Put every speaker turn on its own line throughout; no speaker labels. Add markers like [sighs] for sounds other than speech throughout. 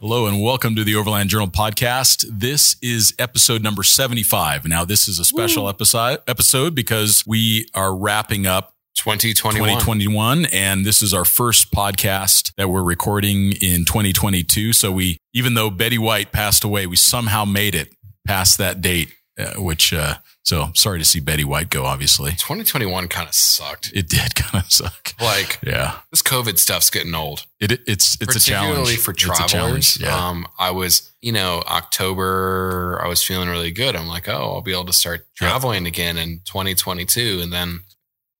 Hello and welcome to the Overland Journal podcast. This is episode number 75. Now, this is a special episode episode because we are wrapping up
2021.
2021 and this is our first podcast that we're recording in 2022. So we even though Betty White passed away, we somehow made it past that date, uh, which uh so sorry to see Betty White go obviously.
2021 kind of sucked.
It did [laughs] kind of suck.
Like
Yeah.
this COVID stuff's getting old,
It it's [laughs] it's a
particularly
challenge
for
It's a challenge,
travelers.
yeah.
Um, I was, you know, October. I was feeling really good. I'm like, oh, I'll be able to start
Yeah.
traveling again in 2022, and then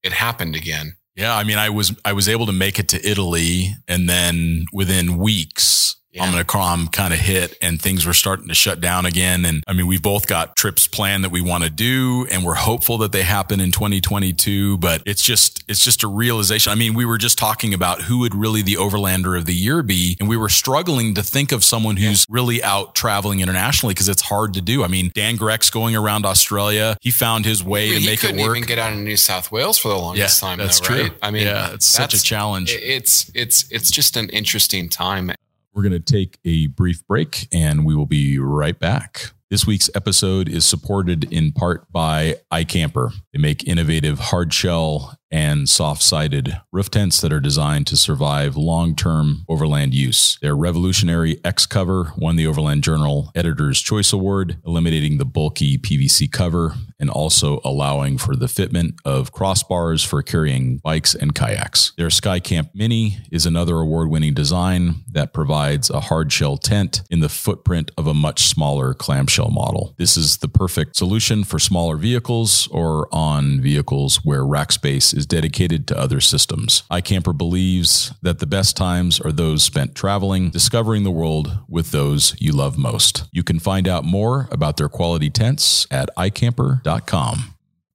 it happened again.
Yeah, I mean, I was I was able to make it to Italy, and then within weeks,
Yeah.
Omicron kind of hit, and things were starting to shut down again. And I mean, we've both got trips planned that we want to do, and we're hopeful that they happen in 2022. But it's just it's just a realization. I mean, we were just talking about who would really the overlander of the year be, and we were struggling to think of someone who's really out traveling internationally because it's hard to do. I mean, Dan Grex going around Australia, he found his way to
he
make it
couldn't
work.
even get out of New South Wales for the
Yeah,
longest time.
that's
though,
true.
Right? I mean,
yeah, it's such a
that's-
challenge.
It's it's it's just an interesting time.
We're going to take a brief break and we will be right back. This week's episode is supported in part by iCamper. They make innovative hard shell and soft sided roof tents that are designed to survive long term overland use. Their revolutionary X cover won the Overland Journal Editor's Choice Award, eliminating the bulky PVC cover and also allowing for the fitment of crossbars for carrying bikes and kayaks. Their Skycamp Mini is another award winning design that provides a hard shell tent in the footprint of a much smaller clamshell model. This is the perfect solution for smaller vehicles or on vehicles where rack space is dedicated to other systems. iCamper believes that the best times are those spent traveling, discovering the world with those you love most. You can find out more about their quality tents at iCamper.com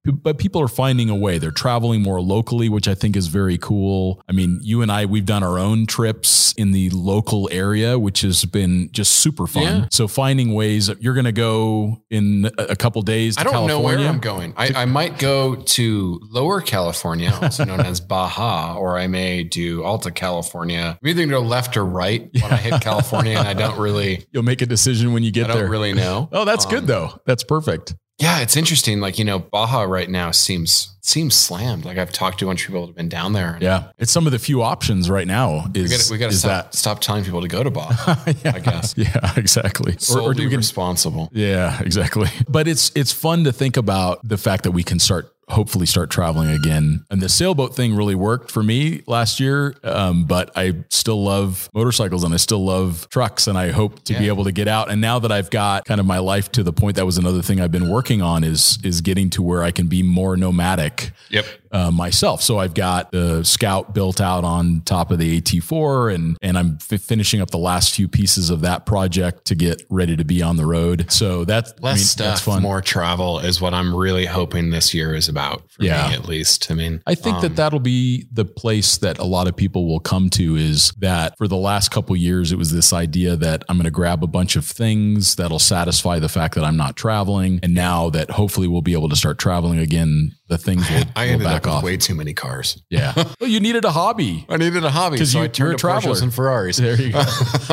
but people are finding a way. They're traveling more locally, which I think is very cool. I mean, you and I, we've done our own trips in the local area, which has been just super fun.
Yeah.
So finding ways, you're going to go in a a couple days to
I don't
California.
know where I'm going. I, I might go to Lower California, also
[laughs]
known as Baja, or I may do Alta California. I'm either gonna go left or right when I hit California, and
[laughs]
I don't really,
You'll make a decision when you
I
get
don't
there.
really know.
oh, that's
Um,
good though. That's perfect.
Yeah, it's interesting. Like you know, Baja right now seems seems slammed. Like I've talked to a bunch of people that have been down there.
Yeah. It's some of the few options right now
we
is,
gotta, we gotta
is
stop, stop telling people to go to
[laughs]
Baja.
that. yeah.
I guess.
Yeah, exactly. Or, or
Solely
you can
responsible.
Yeah, [laughs] exactly. But it's it's fun to think about the fact that we can start hopefully start traveling again. And the sailboat thing really worked for me last year. Um, but I still love motorcycles and I still love trucks and I hope to be
Yeah.
able to get out. And now that I've got kind of my life to the point, that was another thing I've been working on is is getting to where I can be more nomadic
Yep.
uh, myself. So I've got the Scout built out on top of the AT4, and and I'm fi finishing up the last few pieces of that project to get ready to be on the road. So that's I
Less
mean,
stuff,
That's fun.
more travel is what I'm really hoping this year is about. For
Yeah.
me, at least. I mean,
I think
um,
that that'll be the place that a lot of people will come to is that for the last couple years it was this idea that I'm going to grab a bunch of things that'll satisfy the fact that I'm not traveling and now that hopefully we'll be able to start traveling again the things will,
I
will
ended
back
up
off.
with way too many cars.
Yeah.
[laughs]
well, you needed a hobby.
I needed a hobby,
'Cause
so
you-
I
you're a
turned to
traveler.
Porsches and Ferraris.
[laughs] There you go.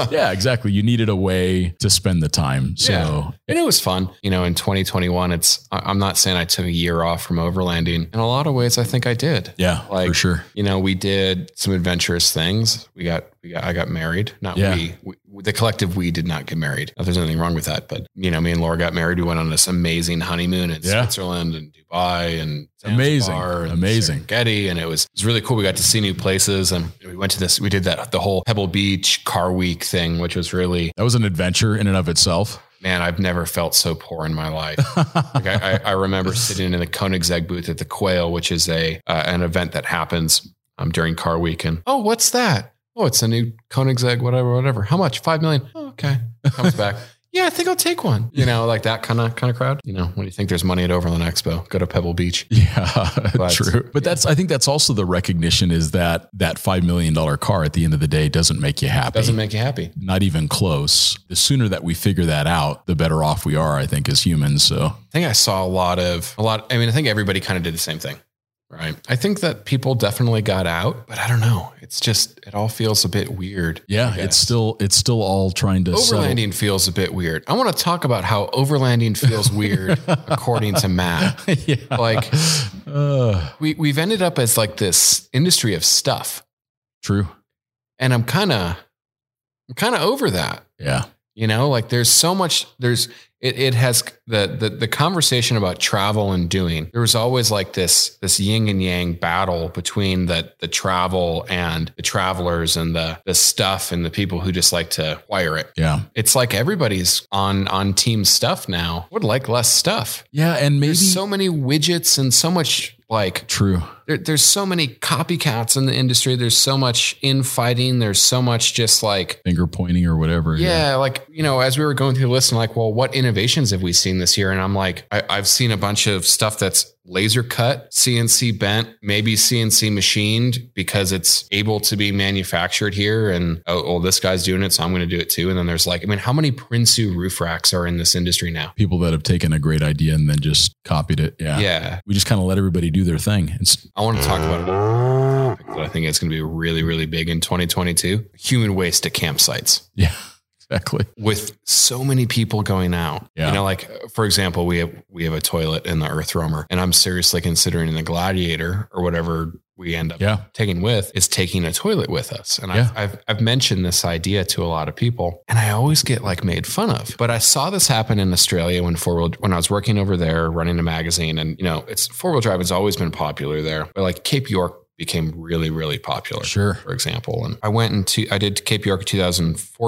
yeah, exactly. You needed a way to spend the time. So
Yeah. And it was fun, you know. In 2021, it's I- I'm not saying I took a year off from overlanding. In a lot of ways, I think I did.
yeah,
Like-
for sure.
You know, we did some adventurous things. We got, we got, I got married. Not
Yeah.
we, we, the collective. We did not get married. Now, there's nothing wrong with that, but you know, me and Laura got married. We went on this amazing honeymoon in
Yeah.
Switzerland and Dubai and
Amazing.
Zanzibar and
Amazing.
Serengeti, and it was it was really cool. We got to see new places, and we went to this. We did that the whole Pebble Beach Car Week thing, which was really
That was an adventure in and of itself. [laughs]
man, I've never felt so poor in my life. Like I, I, I remember sitting in the Koenigsegg booth at the Quail, which is a uh, an event that happens um, during Car Weekend. Oh, what's that? Oh, it's a new Koenigsegg, whatever, whatever. How much? Five million. Oh, okay, comes back. [laughs] Yeah, I think I'll take one. You know, like that kind of kind of crowd. You know, when you think there's money at Overland Expo, go to Pebble Beach.
yeah,
But-
true. But that's I think that's also the recognition is that that 5 million dollar car at the end of the day doesn't make you happy.
Doesn't make you happy.
not even close. The sooner that we figure that out, the better off we are, I think, as humans. So
I think I saw a lot of a lot. I mean, I think everybody kind of did the same thing, Right. I think that people definitely got out, but I don't know. It's just it all feels a bit weird.
Yeah,
I
it's
guess.
still it's still all trying to settle.
Overlanding feels a bit weird. I want to talk about how overlanding feels weird according to Matt.
[laughs] yeah.
Like-
Uh,
We we've ended up as like this industry of stuff,
true.
and I'm kind of I'm kind of over that.
Yeah.
You know, like there's so much there's it it has the the the conversation about travel and doing. There was always like this this yin and yang battle between the the travel and the travelers and the the stuff and the people who just like to wire it.
Yeah.
It's like everybody's on on team stuff now. Would like less stuff.
Yeah, and maybe
There's so many widgets and so much like
true.
there, there's so many copycats in the industry. There's so much infighting. There's so much just like
Finger pointing or whatever.
yeah, like, you know, as we were going through the list, and like, well, what innovations have we seen this year? And I'm like, I, I've seen a bunch of stuff that's laser cut, CNC bent, maybe CNC machined because it's able to be manufactured here. And oh, well, this guy's doing it, so I'm going to do it too. And then there's like, I mean, how many Prinsu roof racks are in this industry now?
People that have taken a great idea and then just copied it. Yeah.
Yeah.
We just kind of let everybody do their thing. It's [laughs]
I want to talk about a topic that I think it's going to be really, really big in 2022 human waste at campsites.
yeah, exactly.
with so many people going out.
Yeah.
You know, like for example, we have we have a toilet in the Earth Roamer, and I'm seriously considering the Gladiator or whatever we end up
Yeah.
taking with is taking a toilet with us. And
Yeah.
I've, I've I've mentioned this idea to a lot of people, and I always get like made fun of. But I saw this happen in Australia when four wheel when I was working over there running a magazine, and you know, it's four wheel drive has always been popular there, but like Cape York became really really popular
Sure.
for example. And I went into, I did Cape York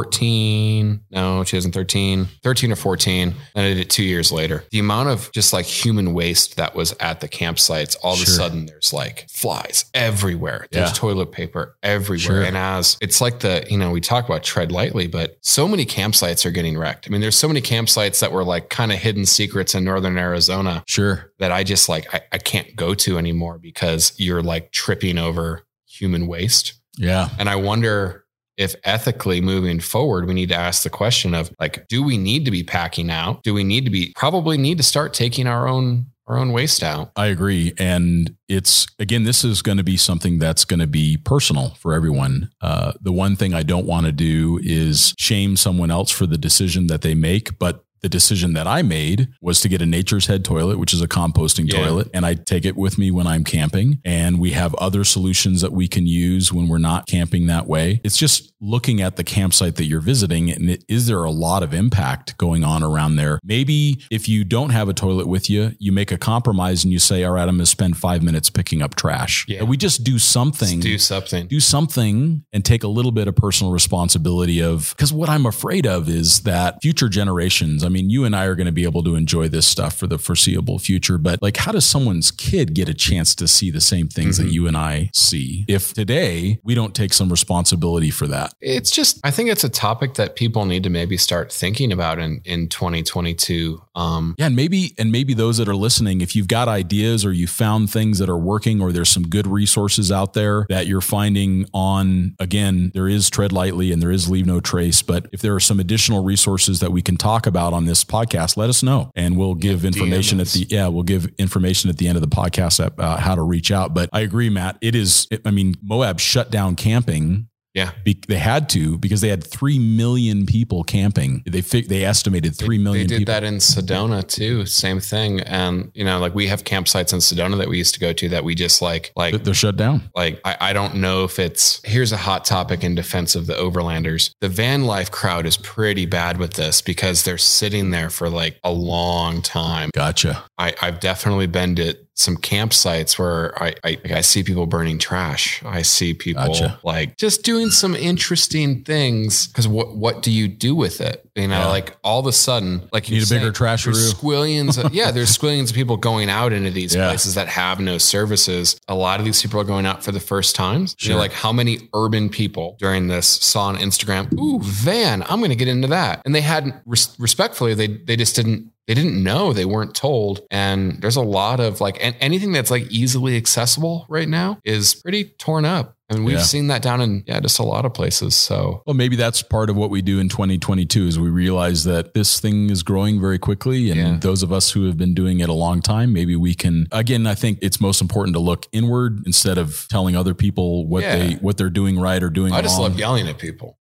2014, no, 2013, 13 or 14. And I did it two years later. The amount of just like human waste that was at the campsites, all of a
Sure.
sudden there's like flies everywhere. There's
Yeah.
toilet paper everywhere.
Sure.
And as it's like the, you know, we talk about tread lightly, but so many campsites are getting wrecked. I mean, there's so many campsites that were like kind of hidden secrets in Northern Arizona
Sure.
that I just like, I, I can't go to anymore because you're like tripping over human waste.
Yeah.
And I wonder if ethically moving forward, we need to ask the question of like, do we need to be packing out? Do we need to be probably need to start taking our own our own waste out?
I agree. And it's, again, this is going to be something that's going to be personal for everyone. Uh, the one thing I don't want to do is shame someone else for the decision that they make, but the decision that I made was to get a nature's head toilet, which is a composting
Yeah.
toilet, and I take it with me when I'm camping. And we have other solutions that we can use when we're not camping that way. It's just looking at the campsite that you're visiting and it- is there a lot of impact going on around there? Maybe if you don't have a toilet with you, you make a compromise and you say, all right, I'm going to spend five minutes picking up trash.
Yeah.
And we just do something
Let's do something.
do something and take a little bit of personal responsibility of because what i'm afraid of is that future generations i mean you and i are going to be able to enjoy this stuff for the foreseeable future but like how does someone's kid get a chance to see the same things that
Mhm.
you and i see if today we don't take some responsibility for that
It's just I think it's a topic that people need to maybe start thinking about in in 2022. Um
Yeah, and maybe and maybe those that are listening, if you've got ideas or you found things that are working or there's some good resources out there that you're finding on again, there is tread lightly and there is leave no trace, but if there are some additional resources that we can talk about on this podcast, let us know and we'll give
DM
information at
us.
the yeah, we'll give information at the end of the podcast about how to reach out, but I agree Matt, it is I mean Moab shut down camping
Yeah.
be, they had to because they had three million people camping. They fig- they estimated three million
They did
people.
that in Sedona too. Same thing. And you know, like we have campsites in Sedona that we used to go to that we just like like
They're shut down.
Like, I, I don't know if it's here's a hot topic in defense of the overlanders. The van life crowd is pretty bad with this because they're sitting there for like a long time.
Gotcha.
I, I've definitely been to some campsites where I, I I see people burning trash. I see people
Gotcha.
like just doing some interesting things. Because what what do you do with it? You know,
Yeah.
like all of a sudden, like
Need
you're
a bigger
saying,
trash
there's
roo.
squillions. Of, yeah,
[laughs]
there's squillions of people going out into these
Yeah.
places that have no services. A lot of these people are going out for the first times. You
Sure.
know, like how many urban people during this saw on Instagram, "Ooh, van, I'm going to get into that," and they hadn't res- respectfully. They they just didn't. They didn't know. They weren't told. And there's a lot of like, and anything that's like easily accessible right now is pretty torn up. And we've
Yeah.
seen that down in yeah, just a lot of places. So
Well, maybe that's part of what we do in 2022 is we realize that this thing is growing very quickly. And
Yeah.
those of us who have been doing it a long time, maybe we can, again, I think it's most important to look inward instead of telling other people what
Yeah.
they, what they're doing right or doing
I just
wrong. [laughs]
[laughs] love yelling at people.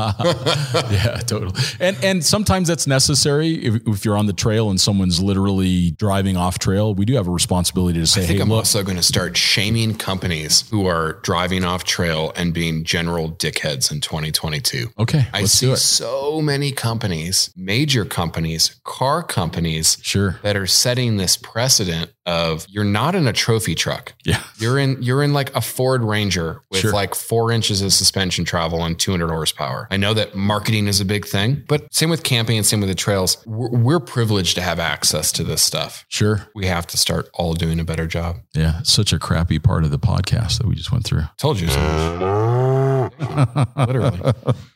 yeah, totally. And and sometimes that's necessary if, if you're on the trail and someone's literally driving off trail. We do have a responsibility to
I
say,
think
"Hey,
I'm
look,
also going to start shaming companies who are driving off trail and being general dickheads in 2022.
okay,
I
let's do
see
it."
so many companies, major companies, car companies
Sure.
that are setting this precedent of you're not in a trophy truck.
Yeah.
You're in you're in like a Ford Ranger with
Sure.
like four inches of suspension travel and 200 horsepower. I know that marketing is a big thing, but same with camping and same with the trails. We're, we're privileged to have access to this stuff.
Sure.
We have to start all doing a better job.
Yeah. Such a crappy part of the podcast that we just went through.
Told you so. Literally,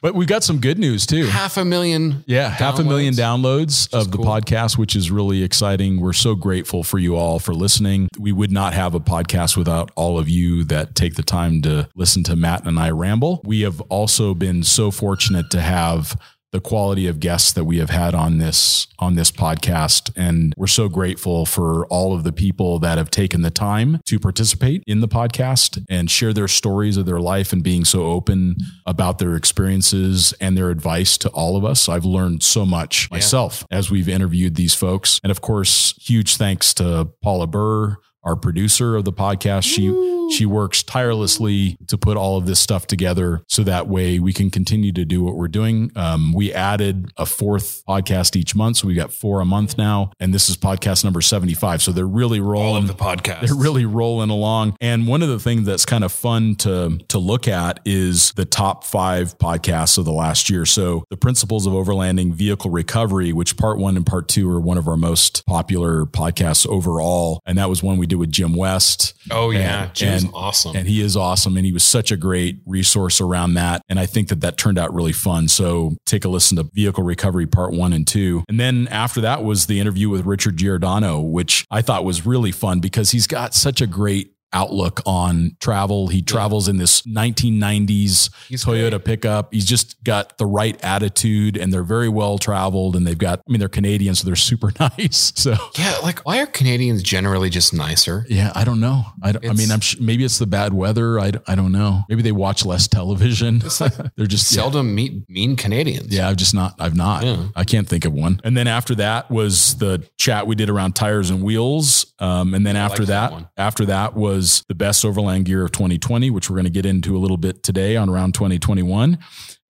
But we've got some good news too.
half a million.
Yeah, half a million downloads
is
of the
cool.
podcast, which is really exciting. We're so grateful for you all for listening. We would not have a podcast without all of you that take the time to listen to Matt and I ramble. We have also been so fortunate to have the quality of guests that we have had on this on this podcast and we're so grateful for all of the people that have taken the time to participate in the podcast and share their stories of their life and being so open about their experiences and their advice to all of us. I've learned so much myself as we've interviewed these folks. And of course, huge thanks to Paula Burr, our producer of the podcast. She she works tirelessly to put all of this stuff together so that way we can continue to do what we're doing. Um, we added a fourth podcast each month. So we got four a month now. And this is podcast number 75. So they're really rolling
All of the podcast.
they're really rolling along. And one of the things that's kind of fun to to look at is the top five podcasts of the last year. So the principles of overlanding vehicle recovery, which part one and part two are one of our most popular podcasts overall. And that was one we did with Jim West.
Oh yeah,
And-
Jim's
and-
awesome.
And he is awesome. And he was such a great resource around that. And I think that that turned out really fun. So take a listen to Vehicle Recovery Part One and Two. And then after that was the interview with Richard Giordano, which I thought was really fun because he's got such a great outlook on travel. He travels in this 1990s
He's
Toyota
great.
pickup. He's just got the right attitude and they're very well traveled and they've got I mean they're Canadian so they're super [laughs] nice. So
Yeah, like why are Canadians generally just nicer?
yeah, I don't know. I, don't- I
It's-
mean, I'm sh- maybe it's the bad weather. I, d- I don't know. Maybe they watch less television. [laughs] They're just yeah.
Seldom meet mean Canadians.
Yeah, I've just not. I've not.
Yeah.
I can't think of one. And then after that was the chat we did around tires and wheels. Um, and then after
like that
that,
one.
after that was the best overland gear of 2020, which we're going to get into a little bit today on around 2021.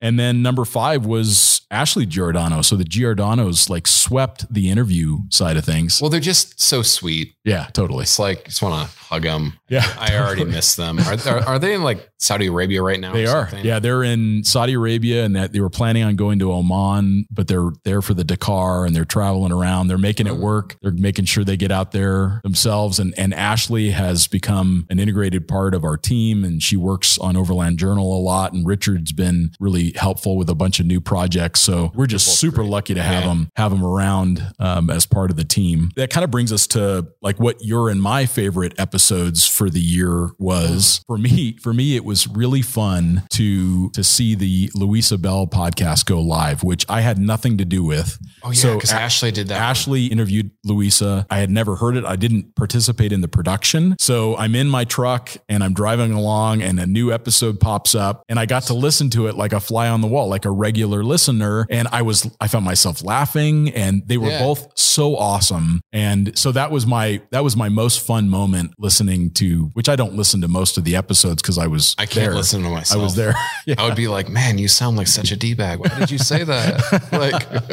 And then number five was Ashley Giordano. So the Giordanos like swept the interview side of things.
Well, they're just so sweet.
yeah, totally.
It's like just want to hug them.
Yeah,
I already
totally.
miss them. Are, are, are they in like Saudi Arabia right now?
They
or
are.
something?
Yeah, they're in Saudi Arabia and that they were planning on going to Oman, but they're there for the Dakar and they're traveling around. They're making
Mm-hmm.
it work. They're making sure they get out there themselves. And and Ashley has become an integrated part of our team and she works on Overland Journal a lot. And Richard's been really helpful with a bunch of new projects. So we're just
both
super
great.
lucky to have
Yeah.
them have them around um, as part of the team. That kind of brings us to like what your and my favorite episodes for the year was.
Uh-huh.
For me, for me, it was really fun to to see the Louisa Bell podcast go live, which I had nothing to do with.
Oh yeah.
So
Because
A-
Ashley did that.
Ashley interviewed Louisa. I had never heard it. I didn't participate in the production. So I'm in my truck and I'm driving along and a new episode pops up and I got to listen to it like a fly on the wall, like a regular listener. And I was, I found myself laughing and they were
Yeah.
both so awesome. And so that was my, that was my most fun moment listening to, which I don't listen to most of the episodes because I was,
I can't
there.
listen to
I
myself.
was there. yeah.
I would be like, man, you sound like such a d bag. Why did you
[laughs]
say that? like,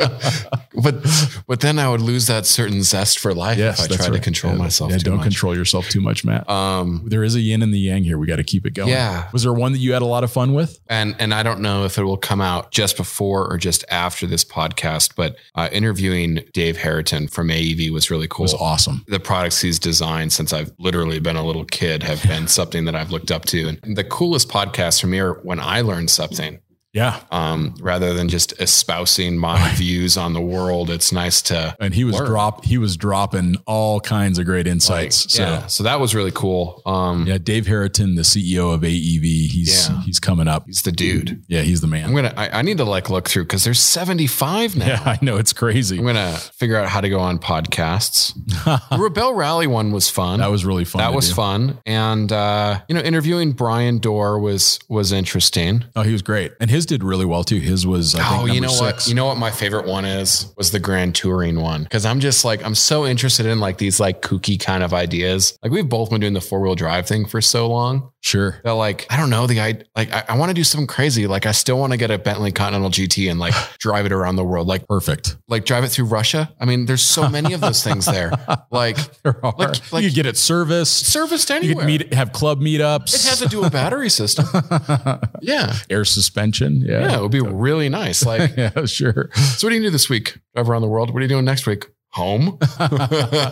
but but then I would lose that certain zest for life
Yes,
if I
that's
tried to
right.
control
Yeah,
myself.
Yeah,
too
don't
much.
control yourself too much, Matt.
Um,
there is a yin and the yang here. We got to keep it going.
yeah.
Was there one that you had a lot of fun with?
and and I don't know if it will come out just before or just after this podcast, but uh, interviewing Dave Harrington from AEV was really
It
cool.
was awesome.
The products he's designed since I've literally been a little
[laughs]
kid have been something that I've looked up to. And the coolest podcasts from here when I learn something.
Yeah.
Um, rather than just espousing my views on the world, it's nice to
And he was
Learn.
drop he was dropping all kinds of great
like,
insights. so
yeah. So that was really cool. Um,
Yeah, Dave Harrington, the CEO of AEV, he's
Yeah.
he's coming up.
he's the dude.
Yeah, he's the
I'm
man.
gonna. I, I need to like look through because there's 75
[laughs]
now.
Yeah, I know it's crazy.
I'm gonna figure out how to go
[laughs]
on podcasts. the Rebel Rally one was fun.
that was really fun.
that
to
was
do.
fun, and uh, you know, interviewing Brian Dorr was was interesting.
Oh, he was great, and his did really well too. His was I think
oh, you
number
know
six.
what? You know what my favorite one is was the grand touring one because I'm just like I'm so interested in like these like kooky kind of ideas. Like we've both been doing the four wheel drive thing for so long
sure.
that like I don't know the I like I, I want to do something crazy. Like I still want to get a Bentley Continental GT
[laughs]
and like drive it around the world. Like
Perfect. [laughs]
like drive it through Russia. I mean, there's so many of those things there. Like
There are.
Like- like-
you could get it serviced.
serviced
You could
anywhere.
meet have club meetups.
it has a dual
[laughs]
battery system. Yeah.
air suspension.
Yeah, it
Yeah.
would be really nice. Like,
[laughs] Yeah, sure.
so what do you do this week? Drive around the world. What are you doing next week?
[laughs]
Home?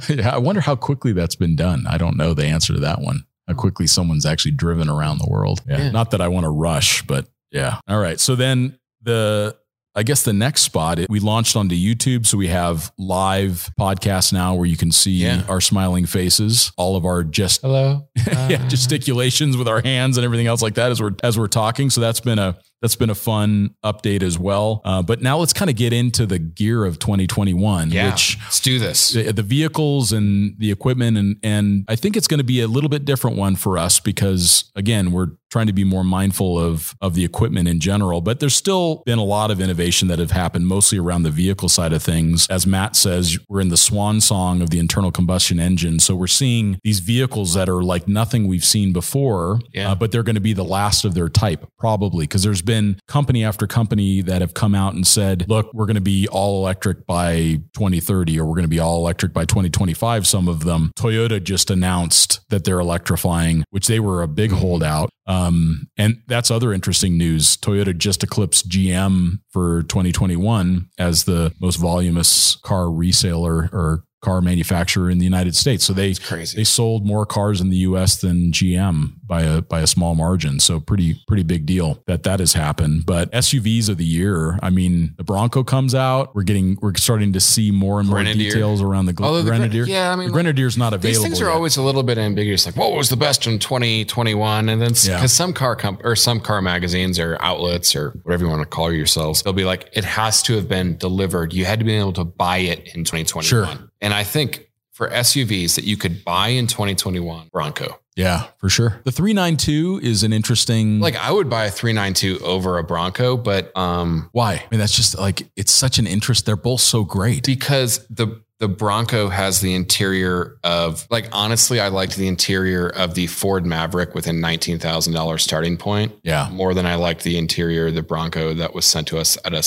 yeah, I wonder how quickly that's been done. I don't know the answer to that one. How quickly someone's actually driven around the world. Yeah.
Yeah.
Not that I want to rush, but yeah. All right. So then the I guess the next spot we launched onto YouTube, so we have live podcasts now where you can see
Yeah.
our smiling faces, all of our just
Hello.
[laughs]
Uh-huh.
yeah, gesticulations with our hands and everything else like that as we're as we're talking. So that's been a that's been a fun update as well. Uh, but now let's kind of get into the gear of 2021,
Yeah.
which
Let's do this.
the, the vehicles and the equipment and and I think it's going to be a little bit different one for us because again we're trying to be more mindful of of the equipment in general but there's still been a lot of innovation that have happened mostly around the vehicle side of things as Matt says we're in the swan song of the internal combustion engine so we're seeing these vehicles that are like nothing we've seen before
Yeah.
uh, but they're going to be the last of their type probably because there's been company after company that have come out and said look we're going to be all electric by 2030 or we're going to be all electric by 2025 some of them toyota just announced that they're electrifying which they were a big holdout um, and that's other interesting news toyota just eclipsed gm for 2021 as the most voluminous car reseller or car manufacturer in the united states so they
It's crazy.
they sold more cars in the U.S. than GM by a by a small margin. So pretty pretty big deal that that has happened. But SUVs of the year, I mean, the Bronco comes out. We're getting we're starting to see more and more
Grenadier.
details around the gl-
Although the Gren-
Grenadier.
yeah, I mean,
the Grenadier's not available.
These things are
yet.
always a little bit ambiguous. Like, what was the best in 2021? And then, because
Yeah.
some car comp or some car magazines or outlets or whatever you want to call yourselves, they'll be like, it has to have been delivered. You had to be able to buy it in 2021.
Sure.
And I think for SUVs that you could buy in 2021, Bronco.
yeah, for sure. The 392 is an interesting
Like, I would buy a 392 over a Bronco, but um,
why? I mean, that's just like it's such an interest. They're both so great.
because the the Bronco has the interior of like honestly, I liked the interior of the Ford Maverick with a nineteen thousand dollar starting point.
Yeah,
more than I liked the interior of the Bronco that was sent to us at a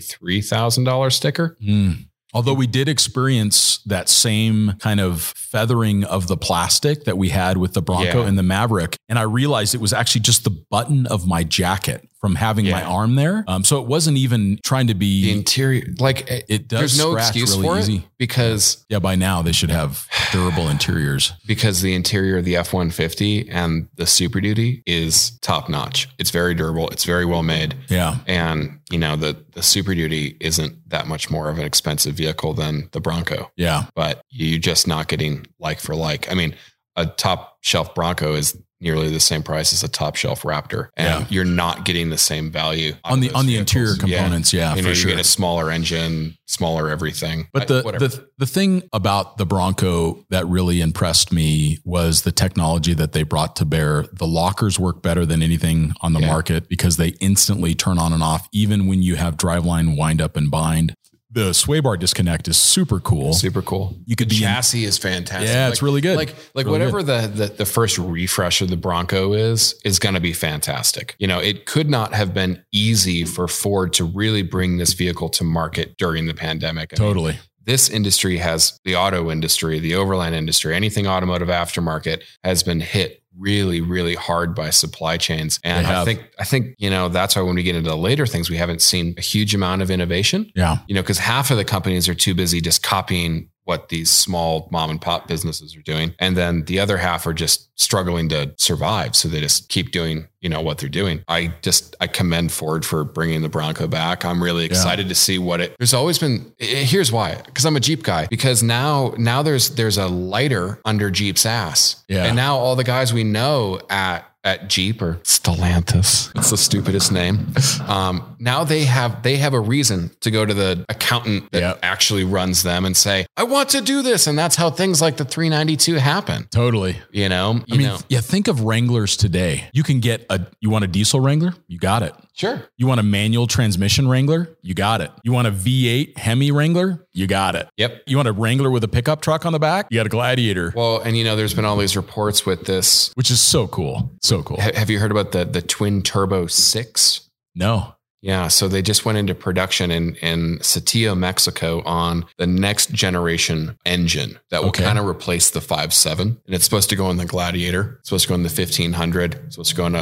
$63,000 sticker.
Mm. Although we did experience that same kind of feathering of the plastic that we had with the Bronco
Yeah.
and the Maverick. And I realized it was actually just the button of my jacket from having my
Yeah.
arm there. Um, so it wasn't even trying to
The
be,
interior, like, it,
it does
there's no
scratch
excuse
really
for
easy.
it because
Yeah, by now they should
[sighs]
have durable interiors.
because the interior of the F 150 and the Super Duty is top notch. It's very durable, it's very well made.
Yeah.
And, you know, the, the Super Duty isn't that much more of an expensive vehicle than the Bronco,
Yeah.
but you're just not getting like for like. I mean, a top shelf Bronco is nearly the same price as a top shelf Raptor, and
Yeah.
you're not getting the same value
On
out of
the
those
on the
vehicles.
interior
Yeah.
components, yeah,
You know,
for
you
sure.
get a smaller engine, smaller everything.
But
I-
the,
whatever.
the the thing about the Bronco that really impressed me was the technology that they brought to bear. The lockers work better than anything on the
Yeah.
market because they instantly turn on and off, even when you have driveline wind up and bind. The sway bar disconnect is super cool.
super cool.
You could
The
be in-
chassis is fantastic.
yeah,
like,
it's really good.
Like like
Really
whatever the, the the first refresh of the Bronco is is going to be fantastic. You know, it could not have been easy for Ford to really bring this vehicle to market during the pandemic. I mean,
totally.
this industry has the auto industry, the overland industry, anything automotive aftermarket has been hit really, really hard by supply chains. And
They
I
have.
think I think, you know, that's why when we get into later things, we haven't seen a huge amount of innovation.
Yeah.
You know, because half of the companies are too busy just copying what these small mom and pop businesses are doing. And then the other half are just struggling to survive. So they just keep doing, you know, what they're doing. I just, I commend Ford for bringing the Bronco back. I'm really excited to see what it, there's always been, eh, here's why, because I'm a Jeep guy, because now, now there's, there's a lighter under Jeep's ass.
Yeah.
And now all the guys we know at, at Jeep or Stellantis. That's the stupidest name. Um, now they have they have a reason to go to the accountant that
Yep.
actually runs them and say, "I want to do this," and that's how things like the 392 happen.
Totally.
You know, you
I mean,
know,
yeah, think of Wranglers today. You can get a, you want a diesel Wrangler? You got it.
sure,
You want a manual transmission Wrangler? You got it. You want a V8 Hemi Wrangler? You got it.
yep.
You want a Wrangler with a pickup truck on the back? You got a Gladiator,
Well, and you know, there's been all these reports with this.
which is so cool. So cool.
Ha- Have you heard about the the twin turbo six?
No.
Yeah, so they just went into production in in Satio, Mexico, on the next generation engine that will
Okay.
kind of replace the five seven, and it's supposed to go in the Gladiator, it's supposed to go in the fifteen hundred, it's supposed to go in a,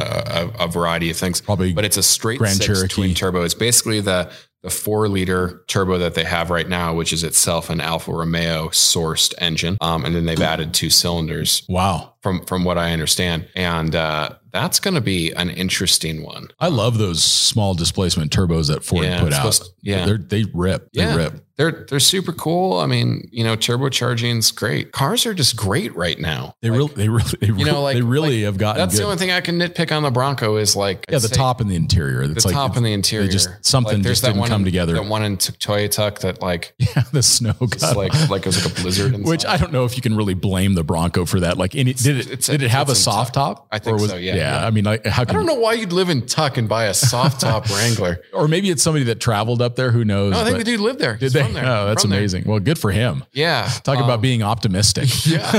a, a variety of things.
Probably
But it's a straight
Grand
six
Cherokee.
twin turbo. It's basically the the four liter turbo that they have right now, which is itself an Alfa Romeo sourced engine, um, and then they've added two cylinders
wow.
from from what I understand, and uh, that's going to be an interesting one.
I love those small displacement turbos that Ford
Yeah,
put
it's
out.
supposed- yeah.
They're, they rip. They
Yeah.
rip.
They're they're super cool. I mean, you know, turbocharging's great. Cars are just great right now.
They really, they really, they, really,
know, like-
they really have gotten
That's
good.
the only thing I can nitpick on the Bronco is like
yeah,
I'd
the
say
top and the interior.
the
It's like
top and the interior.
just- something
there's
just didn't
one
come
in-
together.
That one in T- Toyota that like
[laughs] [laughs] yeah, the snow
just
got [laughs]
like like it was like a blizzard. Inside.
Which I don't know if you can really blame the Bronco for that. Like, any, did it
it's a-
did it have a
it's a
soft top?
I think
Or
so, yeah, yeah.
I mean, like, how
I
can
don't know why you'd live in Tuck and buy a soft [laughs] top Wrangler.
Or maybe it's somebody that traveled up there. Who knows?
No, I think
but
the dude lived there.
did
He's
they?
from there.
Oh, that's
From there.
amazing. Well, good for him.
Yeah,
[laughs] Talk about
Um,
being optimistic.
[laughs] yeah.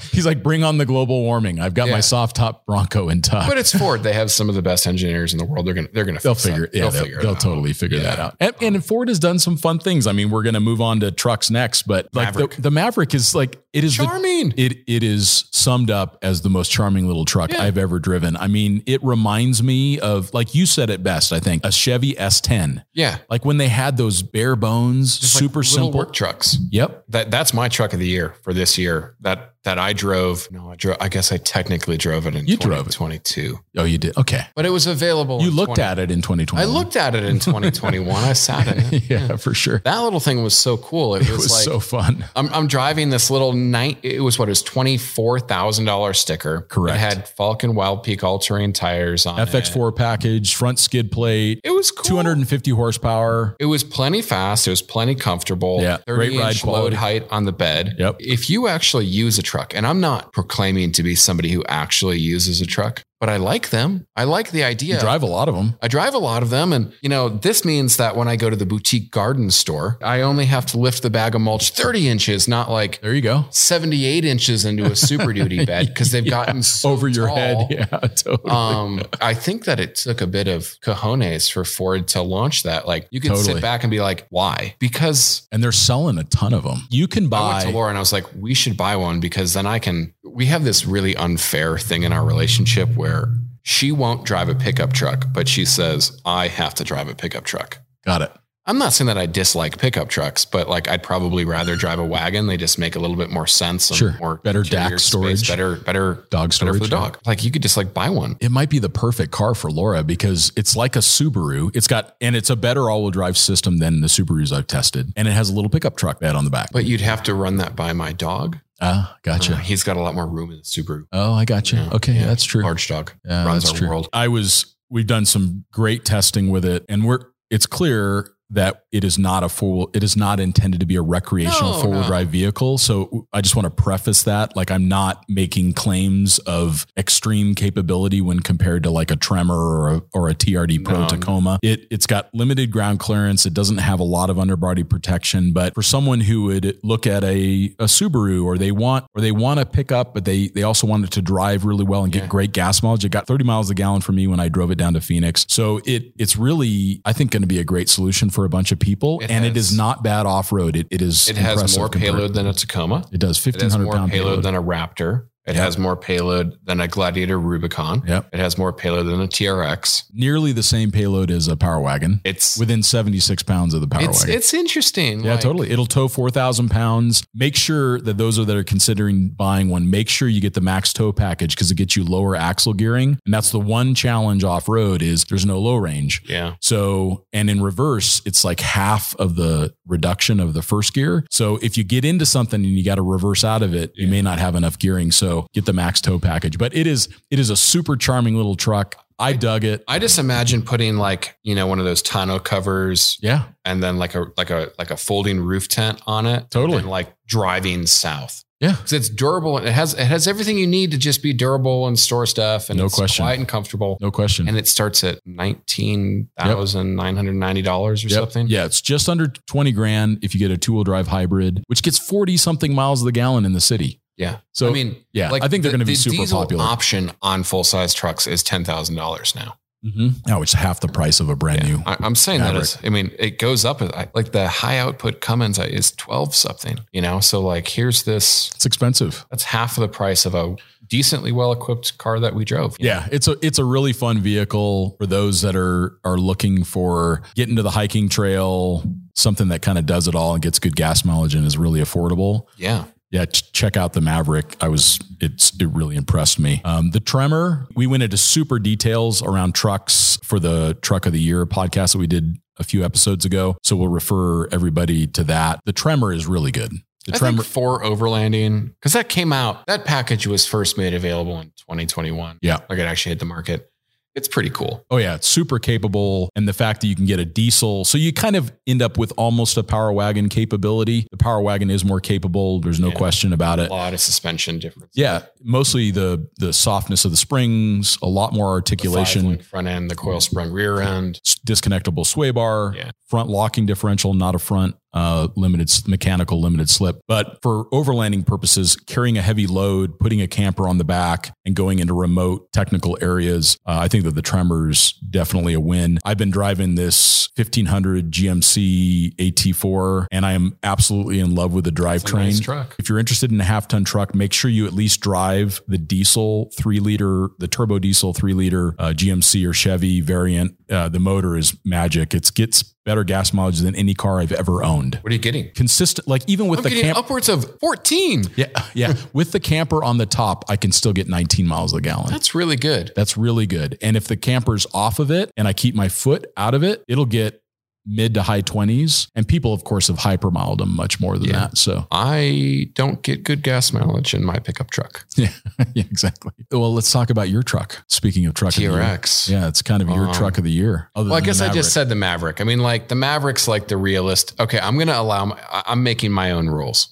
[laughs] He's like, bring on the global warming. I've got my
Yeah.
soft top Bronco in touch.
But it's Ford. They have some of the best engineers in the world. They're gonna they're gonna
They'll
fix that.
figure it. Yeah, they'll,
figure it
they'll
out.
totally figure
Yeah.
that out. And, and Ford has done some fun things. I mean, we're going to move on to trucks next, but like
Maverick.
The, the Maverick is like it is the-
Charming.
it it is summed up as the most charming little truck
Yeah.
I've ever driven. I mean, it reminds me of like you said it best. I think a Chevy S10,
yeah.
like when they had those bare bones,
Just like
super
little
simple.
work trucks.
Yep.
That that's my truck of the year for this year. That that I drove. No, I drove. I guess I technically drove it in
You drove it.
2022,
Oh, you did. Okay.
but it was available.
You
in
looked
20
at it in 2020.
I looked at it in 2021. I sat [laughs] in it.
[laughs] yeah, for sure.
That little thing was so cool. It,
It
was,
was
like
so fun.
I'm I'm driving this little night. It was what it was twenty four thousand dollar sticker.
Correct.
It had Falcon Wild Peak all terrain tires on It.
FX4 package, front skid plate,
It was cool.
250 horsepower.
It was plenty fast. It was plenty comfortable.
Yeah,
30
great ride
inch load
quality.
height on the bed.
Yep.
If you actually use a truck, and I'm not proclaiming to be somebody who actually uses a truck, but I like them. I like the idea.
You drive a lot of them.
I drive a lot of them. And, you know, this means that when I go to the boutique garden store, I only have to lift the bag of mulch 30 inches, not like
There you go.
78 inches into a
[laughs]
Super Duty bed because they've gotten so
Over your
tall.
head. [laughs] Yeah, totally.
Um, I think that it took a bit of cojones for Ford to launch that. Like, you can
Totally.
sit back and be like, why? Because
and they're selling a ton of them. You can
I went to
buy.
Laura and I was like, we should buy one because then I can. We have this really unfair thing in our relationship where she won't drive a pickup truck, but she says, I have to drive a pickup truck.
Got it.
I'm not saying that I dislike pickup trucks, but like I'd probably rather drive a wagon. They just make a little bit more sense. and
Sure.
More
Better
interior
DAC
space,
storage.
better, better,
Dog
better
storage.
for the dog. Like you could just like buy one.
It might be the perfect car for Laura because it's like a Subaru. It's got and it's a better all-wheel drive system than the Subarus I've tested, and it has a little pickup truck bed on the back.
But you'd have to run that by my dog.
Ah,
Uh,
gotcha.
he's got a lot more room in the Subaru.
Oh, I gotcha.
Yeah.
Okay,
Yeah.
that's true.
Large dog
Yeah,
runs
that's
our
true.
world.
I was we've done some great testing with it and we're it's clear that it is not a full it is not intended to be a recreational
No,
four-wheel
no.
drive vehicle so i just want to preface that like i'm not making claims of extreme capability when compared to like a tremor or a, or a trd pro
No.
tacoma it it's got limited ground clearance it doesn't have a lot of underbody protection but for someone who would look at a, a subaru or they want or they want to pick up but they they also want it to drive really well and get
Yeah.
great gas mileage. It got 30 miles a gallon for me when I drove it down to Phoenix. So it it's really I think going to be a great solution for a bunch of people,
It
and it
has-
is not bad off road. It it is
It has
impressive
more
compared-
payload than a Tacoma.
It does
It has
1500
more
pound
payload,
payload.
than a Raptor. It
Yeah.
has more payload than a Gladiator Rubicon.
Yep.
It has more payload than a TRX.
Nearly the same payload as a power wagon,
It's
within 76 pounds of the power
it's,
wagon.
it's interesting.
yeah,
like-
totally. It'll tow 4,000 pounds. Make sure that those that are considering buying one, make sure you get the max tow package because it gets you lower axle gearing. And that's the one challenge off road is there's no low range.
Yeah.
So, and in reverse, it's like half of the reduction of the first gear. So, if you get into something and you got to reverse out of it, you
Yeah.
may not have enough gearing. So, get the max tow package. But it is it is a super charming little truck. I dug it.
I just imagine putting like, you know, one of those tonneau covers
Yeah,
and then like a like a like a folding roof tent on it.
Totally.
And like driving south.
Yeah.
'Cause it's durable and it has it has everything you need to just be durable and store stuff and
No
it's
question.
quiet and comfortable.
no question.
And it starts at nineteen thousand nine hundred ninety dollars or
Yep.
something.
Yeah, it's just under 20 grand if you get a two wheel drive hybrid, which gets 40 something miles of the gallon in the city.
Yeah.
So,
I mean,
yeah, I think they're going
the-
to be
the
super
diesel
popular.
Option on full size trucks is ten thousand dollars now.
Mhm. Now it's half the price of a brand
Yeah.
new.
I, I'm saying that
Maverick.
is, I mean, it goes up I- like the high output Cummins uh, is 12 something, you know? So like, here's this,
It's expensive.
that's half of the price of a decently well-equipped car that we drove.
Yeah, it's a it's a really fun vehicle for those that are are looking for getting to the hiking trail, something that kind of does it all and gets good gas mileage and is really affordable.
Yeah.
Yeah, ch- check out the Maverick. I was it's it really impressed me. Um, the Tremor, we went into super details around trucks for the Truck of the Year podcast that we did a few episodes ago. So we'll refer everybody to that. The Tremor is really good. The
I
Tremor,
think for overlanding, because that came out, that package was first made available in 2021.
Yeah.
Like it actually hit the market. It's pretty cool.
Oh yeah, it's super capable, and the fact that you can get a diesel, so you kind of end up with almost a power wagon capability. The power wagon is more capable. There's no
Yeah.
question about
A
it.
lot of suspension difference.
Yeah, mostly the the softness of the springs, a lot more
The five
articulation,
link front end, the coil sprung rear end.
s- disconnectable sway bar,
Yeah.
front locking differential, not a front uh, limited s- mechanical limited slip. But for overlanding purposes, carrying a heavy load, putting a camper on the back, and going into remote technical areas, uh, I think that the Tremor's definitely a win. I've been driving this 1500 GMC AT4, and I am absolutely in love with the
It's a nice
drivetrain.
truck.
If you're interested in a half ton truck, make sure you at least drive the diesel three liter, the turbo diesel three liter uh, GMC or Chevy variant. Uh, the motor is magic. It gets better gas mileage than any car I've ever owned.
What are you getting?
Consistent, like even with
I'm Oh.
the
getting
camp,
upwards of 14.
yeah,
[laughs]
yeah, with the camper on the top, I can still get 19 miles a gallon.
That's really good.
That's really good. And if the camper's off of it and I keep my foot out of it, it'll get mid to high 20s. And people, of course, have hypermiled them much more than
Yeah.
that. So
I don't get good gas mileage in my pickup truck.
[laughs] yeah, exactly. Well, let's talk about your truck. Speaking of truck of the year.
TRX.
Yeah, it's kind of your
Um,
truck of the year. Other
Well, I
than the
guess I
Maverick.
just said the Maverick. I mean, like the Maverick's like the realist. Okay, I'm gonna allow. My, I- I'm making my own
[laughs]
rules.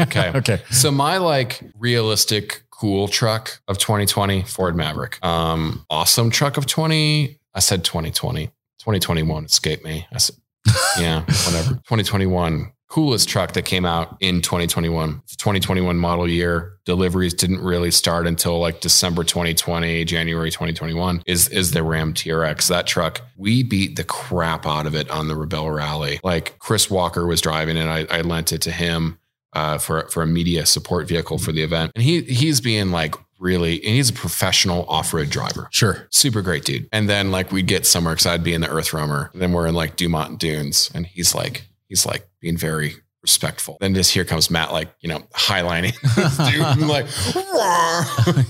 Okay.
okay.
So my like realistic cool truck of 2020 Ford Maverick. Um, awesome truck of 20. I said 2020. 2021 escaped me. I said, yeah, whatever. 2021 coolest truck that came out in 2021. It's a 2021 model year. Deliveries didn't really start until like December 2020, January 2021. Is is the Ram TRX that truck? We beat the crap out of it on the Rebel Rally. Like Chris Walker was driving it. I, I lent it to him uh, for for a media support vehicle for the event, and he he's being like really, and he's a professional off road driver.
Sure.
Super great dude. And then like we'd get somewhere because I'd be in the Earth Roamer. Then we're in like Dumont Dunes, and he's like he's like being very respectful. Then just here comes Matt, like you know highlining this
[laughs]
[laughs] dude, and like. "Roar."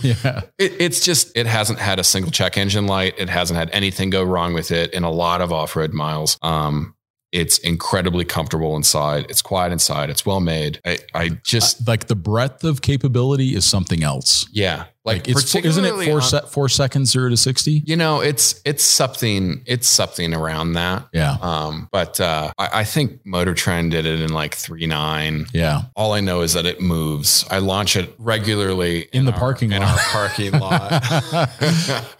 yeah.
It, it's just it hasn't had a single check engine light. It hasn't had anything go wrong with it in a lot of off road miles. Um, it's incredibly comfortable inside. It's quiet inside. It's well made. I, I just
Like the breadth of capability is something else.
yeah,
Like,
like,
it's isn't it
particularly
four
on-
se- four seconds zero to sixty?
You know, it's it's something it's something around that.
Yeah.
Um, but uh, I, I think Motor Trend did it in like three nine.
Yeah.
All I know is that it moves. I launch it regularly
In the parking
in
lot.
our parking
[laughs]
lot.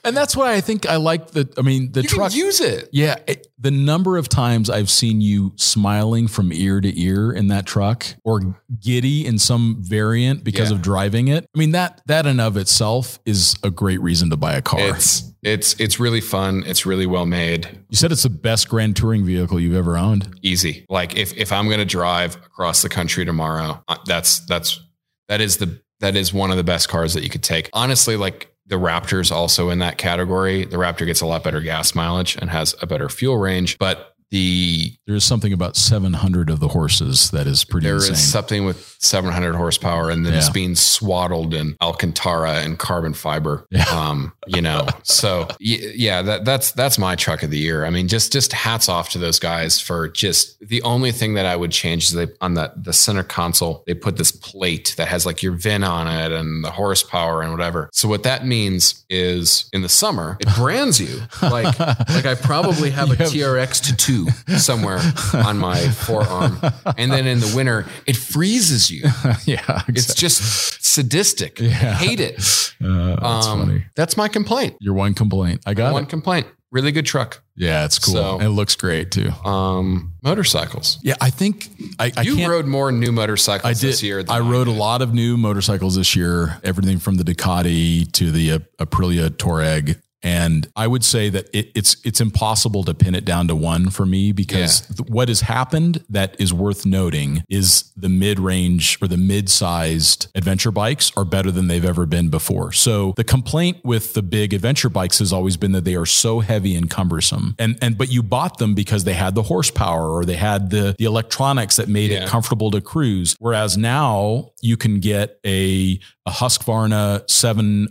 And that's why I think I like the. I mean, the
you
truck.
can use it.
yeah, it- the number of times I've seen you smiling from ear to ear in that truck, or giddy in some variant because
Mm-hmm. Yeah.
of driving it. I mean that that in of itself is a great reason to buy a car.
It's it's it's really fun. It's really well made.
You said it's the best grand touring vehicle you've ever owned.
Easy. Like if if I'm gonna drive across the country tomorrow, uh, that's that's that is the that is one of the best cars that you could take. Honestly, like the Raptor's also in that category. The Raptor gets a lot better gas mileage and has a better fuel range, but the
There is something about 700 of the horses that is pretty
there is
insane.
something with 700 horsepower and then it's
Yeah.
being swaddled in alcantara and carbon fiber
Yeah.
um you know so y- yeah that that's that's my truck of the year i mean just just hats off to those guys for just the only thing that i would change is they on the the center console they put this plate that has like your vin on it and the horsepower and whatever so what that means is in the summer it brands you
[laughs]
like like I probably have a
You have-
TRX to two somewhere on my forearm, and then in the winter it freezes you. [laughs]
[laughs] yeah,
It's just sadistic.
[laughs]
I
Yeah.
Hate it.
Uh, that's
um,
funny.
that's my complaint.
Your one complaint. I got
One
it.
complaint. Really good truck.
Yeah, it's cool.
So-
and it looks great too.
Um, motorcycles.
Yeah, I think I, I
you
can't.
rode more new
I
motorcycles
did.
this year. Than
I rode a lot of new motorcycles this year. Everything from the Ducati to the uh, Aprilia Touareg. And I would say that it, it's it's impossible to pin it down to one for me because th- what has happened that is worth noting is the mid range or the mid sized adventure bikes are better than they've ever been before. So the complaint with the big adventure bikes has always been that they are so heavy and cumbersome, and and but you bought them because they had the horsepower or they had the the electronics that made
Yeah.
it comfortable to cruise. Whereas now you can get a a Husqvarna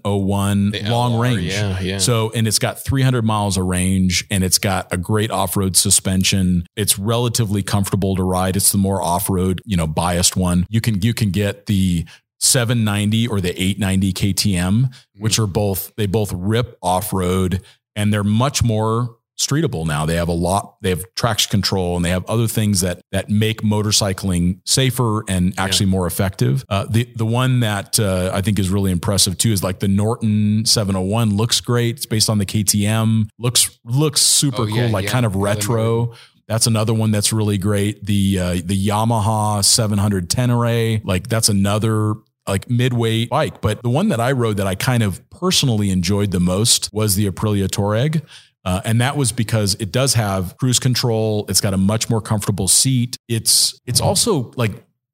701
The
long
LR,
range.
Yeah, yeah.
So, and it's got 300 miles of range and it's got a great off road suspension. It's relatively comfortable to ride. It's the more off road, you know, biased one. You can, you can get the 790 or the 890 KTM,
Mm-hmm.
which are both, they both rip off road and they're much more streetable now. They have a lot, they have traction control and they have other things that, that make motorcycling safer and actually more effective. Uh, the, the one that uh, I think is really impressive too is like the Norton 701 looks great. It's based on the KTM looks, looks super
Oh,
cool,
yeah,
like
yeah.
kind of
Yeah, the
retro. That's another one that's really great. The uh, the Yamaha 700 Tenere, like that's another like midweight bike. But the one that I rode that I kind of personally enjoyed the most was the Aprilia Touareg. Uh, and that was because it does have cruise control. It's got a much more comfortable seat. It's it's also like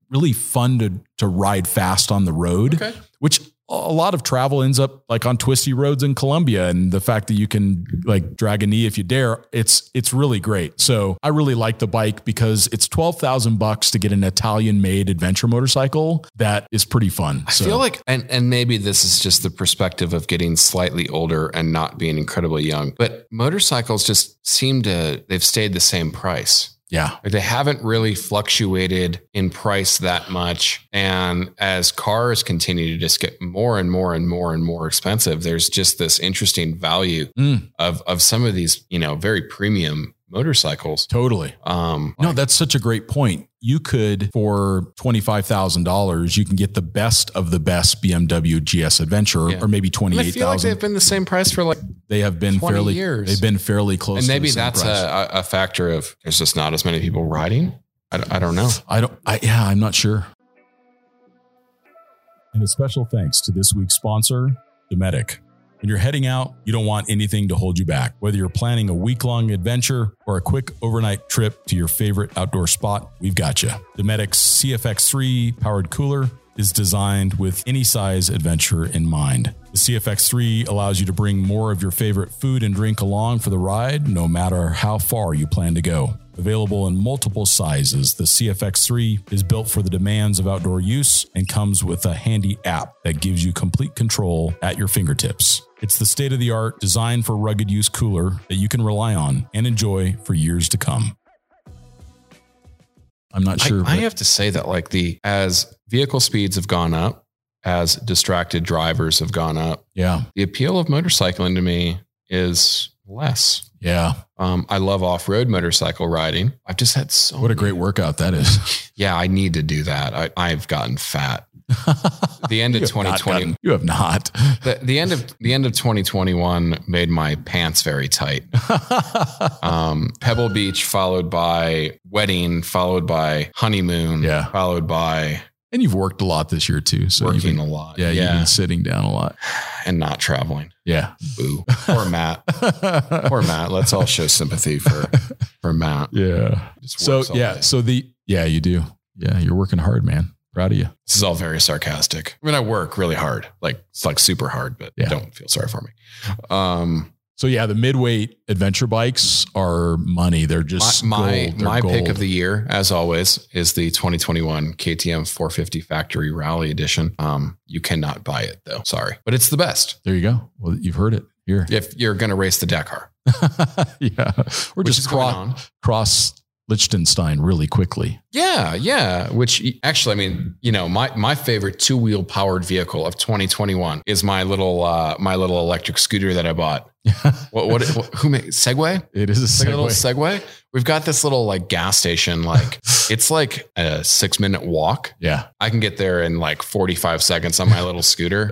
really fun to to ride fast on the road
okay.
which a lot of travel ends up like on twisty roads in Colombia and the fact that you can like drag a knee if you dare it's it's really great so i really like the bike because it's 12,000 bucks to get an italian made adventure motorcycle that is pretty fun
I
so
feel like, and, and maybe this is just the perspective of getting slightly older and not being incredibly young, but motorcycles just seem to, they've stayed the same price.
yeah
Like, They haven't really fluctuated in price that much. And as cars continue to just get more and more and more and more expensive, there's just this interesting value
Mm,
of, of some of these, you know, very premium motorcycles.
totally
Um,
no that's such a great point you could for $25,000 you can get the best of the best BMW GS Adventure
Yeah.
or maybe
and I
28,000
feel like they've been the same price for like,
they have been
20
fairly
years.
they've been fairly close
and
to the
maybe
same
that's
price.
a, a a factor of there's just not as many people riding. I, I don't know.
I don't. I, yeah, I'm not sure. And a special thanks to this week's sponsor, Dometic. When you're heading out, you don't want anything to hold you back. Whether you're planning a week long adventure or a quick overnight trip to your favorite outdoor spot, we've got you. Dometic's CFX3 powered cooler is designed with any size adventure in mind. The CFX3 allows you to bring more of your favorite food and drink along for the ride, no matter how far you plan to go. Available in multiple sizes, the CFX3 is built for the demands of outdoor use and comes with a handy app that gives you complete control at your fingertips. It's the state of the art, designed for rugged use cooler that you can rely on and enjoy for years to come. I'm not sure.
I, I
but-
have to say that like the as vehicle speeds have gone up, as distracted drivers have gone up,
yeah.
the appeal of motorcycling to me is less.
Yeah.
Um, I love off-road motorcycle riding. I've just had so
What a great workout that
[laughs]
is.
yeah. I need to do that. I, I've
[laughs]
gotten fat. The end of
You have not
2020.
gotten- you have not. [laughs]
The, the end of the end of 2021 made my pants
[laughs]
very tight. Um, Pebble Beach followed by wedding, followed by honeymoon,
Yeah.
followed by
and you've worked a lot this year too. So you've
working
been,
a lot,
yeah, you've been sitting down a lot.
and not traveling.
Yeah. [laughs]
Boo. Poor Matt. Poor Matt. Let's all show sympathy for for Matt.
yeah.
Just
So
works all
yeah.
day.
So the yeah you do. Yeah, you're working hard, man. Proud of you.
This is all very sarcastic. I mean, I work really hard, like it's like super hard, but
Yeah.
don't feel sorry for me. Um,
So yeah, the midweight adventure bikes are money. They're
my
just
my,
gold. They're
my pick
gold.
of the year, as always, is the 2021 KTM 450 Factory Rally Edition. Um, you cannot buy it though. Sorry, but it's the best.
There you go. Well, you've heard it here.
If you're going to race the Dakar,
[laughs] yeah. We're
which
just
is going
cro-
on.
cross Liechtenstein really quickly. [laughs]
Yeah, yeah. Which actually, I mean, you know, my my favorite two wheel powered vehicle of 2021 is my little uh, my little electric scooter that I bought. What what, what who made Segway?
it is
It's
a
like a little
segue.
Segway. We've got this little like gas
[laughs]
station. Like it's like a six minute walk.
yeah.
I can get there in like 45 seconds on my little scooter.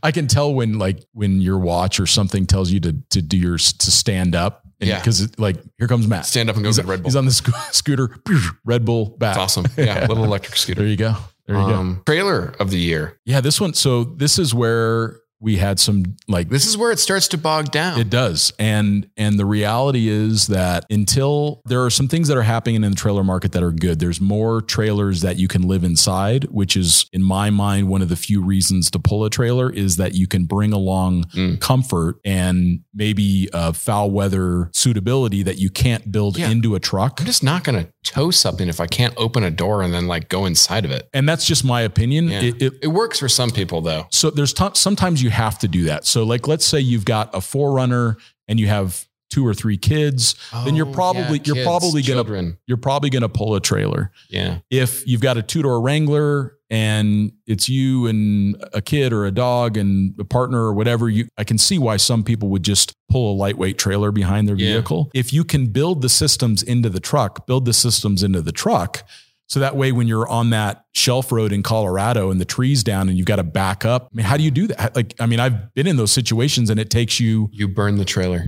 I can tell when like when your watch or something tells you to to do your to stand up. And
Yeah.
Because like here comes Matt.
Stand up and go
he's,
get Red Bull.
he's on the sco- scooter. [laughs] Red Bull back.
It's awesome.
[laughs]
Yeah,
Yeah.
little electric
There
scooter.
you go. There you go.
Um, trailer of the year.
Yeah, this one. So this is where we had some like
This is where it starts to bog down.
It does. And and the reality is that until there are some things that are happening in the trailer market that are good, there's more trailers that you can live inside, which is in my mind one of the few reasons to pull a trailer is that you can bring along
Mm.
comfort and maybe uh, foul weather suitability that you can't build
Yeah.
into a truck.
I'm just not going to tow something if I can't open a door and then like go inside of it.
And that's just my opinion.
Yeah.
It, it,
It works for some people though.
so there's t- sometimes you have to do that. So like let's say you've got a forerunner and you have two or three kids Then
Oh,
you're probably- you're probably gonna-
to.
you're probably going to pull a trailer.
Yeah.
If you've got a two door Wrangler and it's you and a kid or a dog and a partner or whatever, you I can see why some people would just pull a lightweight trailer behind their
Yeah.
vehicle. If you can build the systems into the truck, build the systems into the truck. So that way, when you're on that shelf road in Colorado and the trees down and you've got to back up, I mean, how do you do that? Like, I mean, I've been in those situations and it takes you [laughs]
You burn the trailer.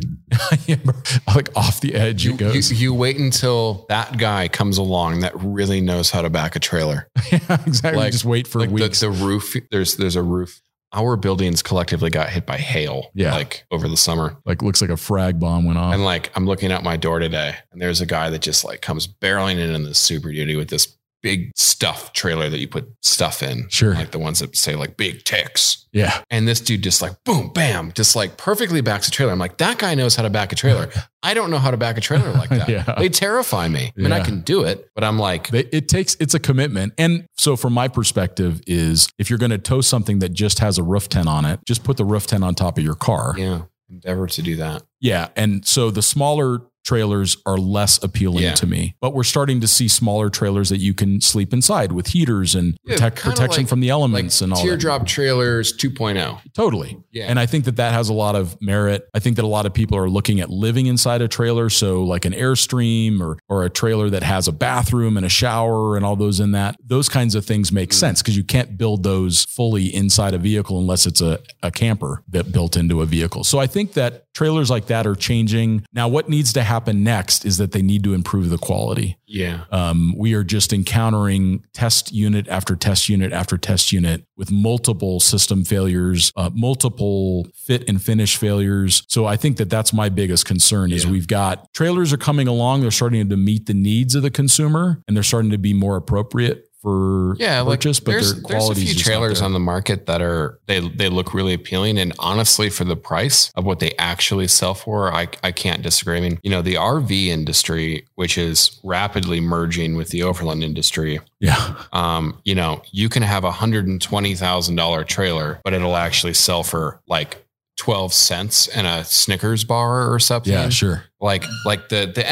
like off the edge.
You,
it goes. [laughs]
you, you wait until that guy comes along that really knows how to back a trailer.
yeah, exactly.
like-
just wait for
like the,
weeks.
the roof, there's there's a roof. Our buildings collectively got hit by hail,
Yeah. Oh.
like over the summer.
like looks like a frag bomb went off.
And like I'm looking out my door today, and there's a guy that just like comes barreling in in the Super Duty with this big stuff trailer that you put stuff in,
Sure.
like the ones that say like big ticks.
yeah.
And this dude just like boom, bam, just like perfectly backs a trailer. I'm like, that guy knows how to back
[laughs]
a trailer. I don't know how to back a trailer like that.
Yeah.
They terrify me. I mean, I
Yeah.
can do it, but I'm like,
They, it takes it's a commitment. And so from my perspective is if you're going to tow something that just has a roof tent on it, just put the roof tent on top of your car. Yeah.
yeah, endeavor to do that.
And so the smaller trailers are less appealing
Yeah.
to me. But we're starting to see smaller trailers that you can sleep inside with heaters and
Yeah,
protect
kinda
protection
like-
from the
Like
elements and all that.
teardrop trailers oh. 2.0.
Totally.
Yeah.
And I think that that has a lot of merit. I think that a lot of people are looking at living inside a trailer. So like an Airstream or, or a trailer that has a bathroom and a shower and all those in that, those kinds of things make
Mm.
sense because you can't build those fully inside a vehicle unless it's a, a camper that built into a vehicle. So I think that trailers like that are changing. Now, what needs to happen next is that they need to improve the quality
yeah.
um, we are just encountering test unit after test unit after test unit with multiple system failures, uh, multiple fit and finish failures. So I think that that's my biggest concern is
Yeah.
we've got trailers are coming along. They're starting to meet the needs of the consumer and they're starting to be more appropriate for
Yeah, like
purchase, but
there's,
their
there's a
quality
few trailers on the market that are they they look really appealing, and honestly, for the price of what they actually sell for, I I can't disagree. I mean, you know, the RV industry, which is rapidly merging with the overland industry,
yeah,
um, you know, you can have a hundred and twenty thousand dollar trailer, but it'll actually sell for like twelve cents and a Snickers bar or something.
yeah, sure.
Like like the the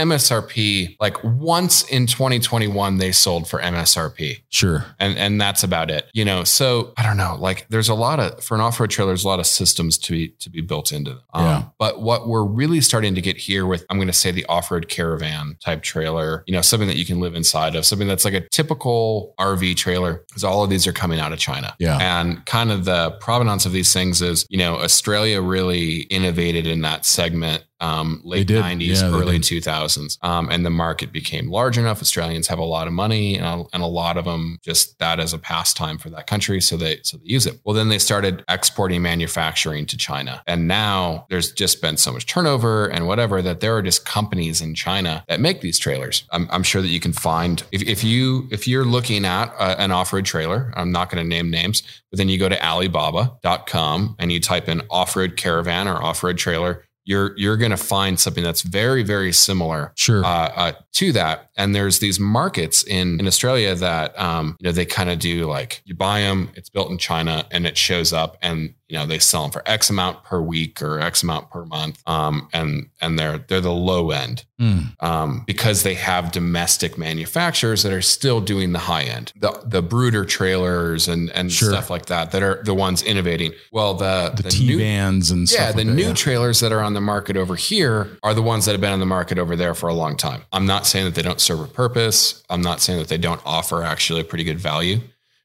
MSRP, like once in 2021 they sold for MSRP
Sure.
and and that's about it you know so i don't know like there's a lot of for an off-road trailer there's a lot of systems to be to be built into them Um,
Yeah.
but what we're really starting to get here with i'm going to say the off-road caravan type trailer you know something that you can live inside of something that's like a typical rv trailer because all of these are coming out of china
Yeah.
and kind of the provenance of these things is you know australia really innovated in that segment um, late
did.
90s,
Yeah, they
early
did.
2000s. Um, and the market became large enough. Australians have a lot of money and a, and a lot of them just that as a pastime for that country. So they, so they use it. Well, then they started exporting manufacturing to China. And now there's just been so much turnover and whatever that there are just companies in China that make these trailers. I'm, I'm sure that you can find, if, if you, if you're looking at uh an off-road trailer, I'm not going to name names, but then you go to alibaba.com and you type in off-road caravan or off-road trailer. You're, you're going to find something that's very, very similar
Sure.
uh, uh, to that. And there's these markets in, in Australia that, um, you know, they kind of do like you buy them, it's built in China and it shows up and, you know, they sell them for X amount per week or X amount per month. Um, and, and they're, they're the low end
Mm.
um, because they have domestic manufacturers that are still doing the high end, the the brooder trailers and and
Sure.
stuff like that that are the ones innovating. Well, the
The, T vans and
yeah,
stuff
the
like that,
new
yeah.
trailers that are on the market over here are the ones that have been on the market over there for a long time. I'm not saying that they don't serve a purpose. I'm not saying that they don't offer actually a pretty good value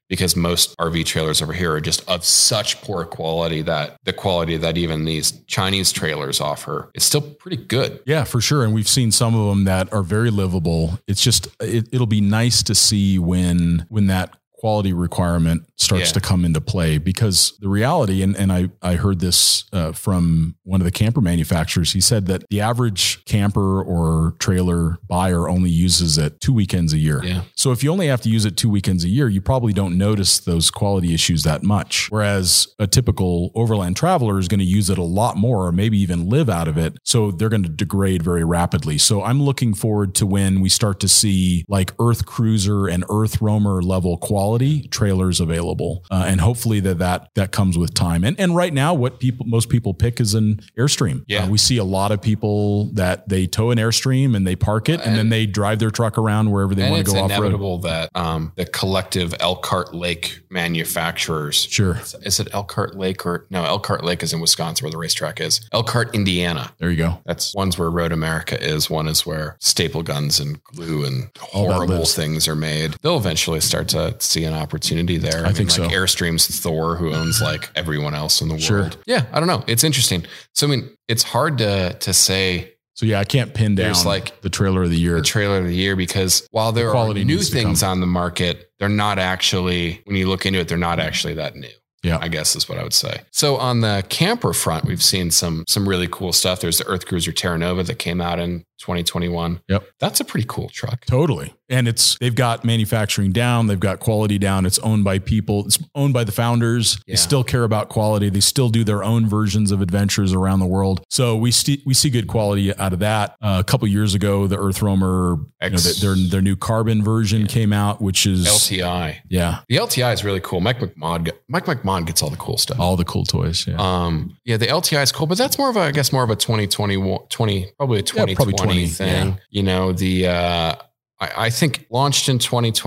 because most RV trailers over here are just of such poor quality that the quality that even these Chinese trailers offer is still pretty good.
Yeah, for sure. And we've seen some of them that are very livable. It's just it, it'll be nice to see when when that quality requirement starts
Yeah.
to come into play because the reality and, and I, I heard this uh, from one of the camper manufacturers he said that the average camper or trailer buyer only uses it two weekends a year
Yeah.
so if you only have to use it two weekends a year, you probably don't notice those quality issues that much. Whereas a typical overland traveler is going to use it a lot more, or maybe even live out of it. So they're going to degrade very rapidly. So I'm looking forward to when we start to see like Earth Cruiser and Earth Roamer level quality trailers available, uh, and hopefully that that that comes with time. And and right now, what people most people pick is an Airstream.
Yeah.
Uh, we see a lot of people that they tow an Airstream and they park it, and, then
And-
they drive their truck around wherever they
and
want
it's
to go off road.
inevitable that um, the collective Elkhart Lake manufacturers.
Sure.
Is it Elkhart Lake or no? Elkhart Lake is in Wisconsin where the racetrack is. Elkhart, Indiana.
There you go.
That's one's where Road America is. One is where staple guns and glue and
All that
horrible
lives.
things are made. They'll eventually start to see an opportunity there.
I think so.
like Airstream's Thor, who owns like everyone else in the
Sure.
world. Yeah, I don't know. It's interesting. So I mean, it's hard to to say
So yeah, I can't pin down
There's, like,
the trailer of the year.
the trailer of the year because while there are
quality
new
needs to
things on the market, they're not actually, when you look into it, they're not actually that new.
Yeah.
I guess is what I would say. So on the camper front, we've seen some some really cool stuff. There's the Earth Cruiser Terra Nova that came out in 2021.
Yep.
That's a pretty cool truck.
totally. And it's they've got manufacturing down, they've got quality down. It's owned by people, it's owned by the founders. They
Yeah.
still care about quality. They still do their own versions of adventures around the world. So we see we see good quality out of that. Uh, a couple years ago, the Earth Roamer, you know,
X-
their their new carbon version came out, which is
LTI.
yeah,
The LTI is really cool. Mike McMahon, got- Mike McMahon gets all the cool stuff.
all the cool toys. Yeah.
Um, yeah, the LTI is cool, but that's more of a, I guess, more of a 2021, 20, probably a 2020
Yeah, probably 20,
thing.
yeah.
You know, the, uh, I, I think launched in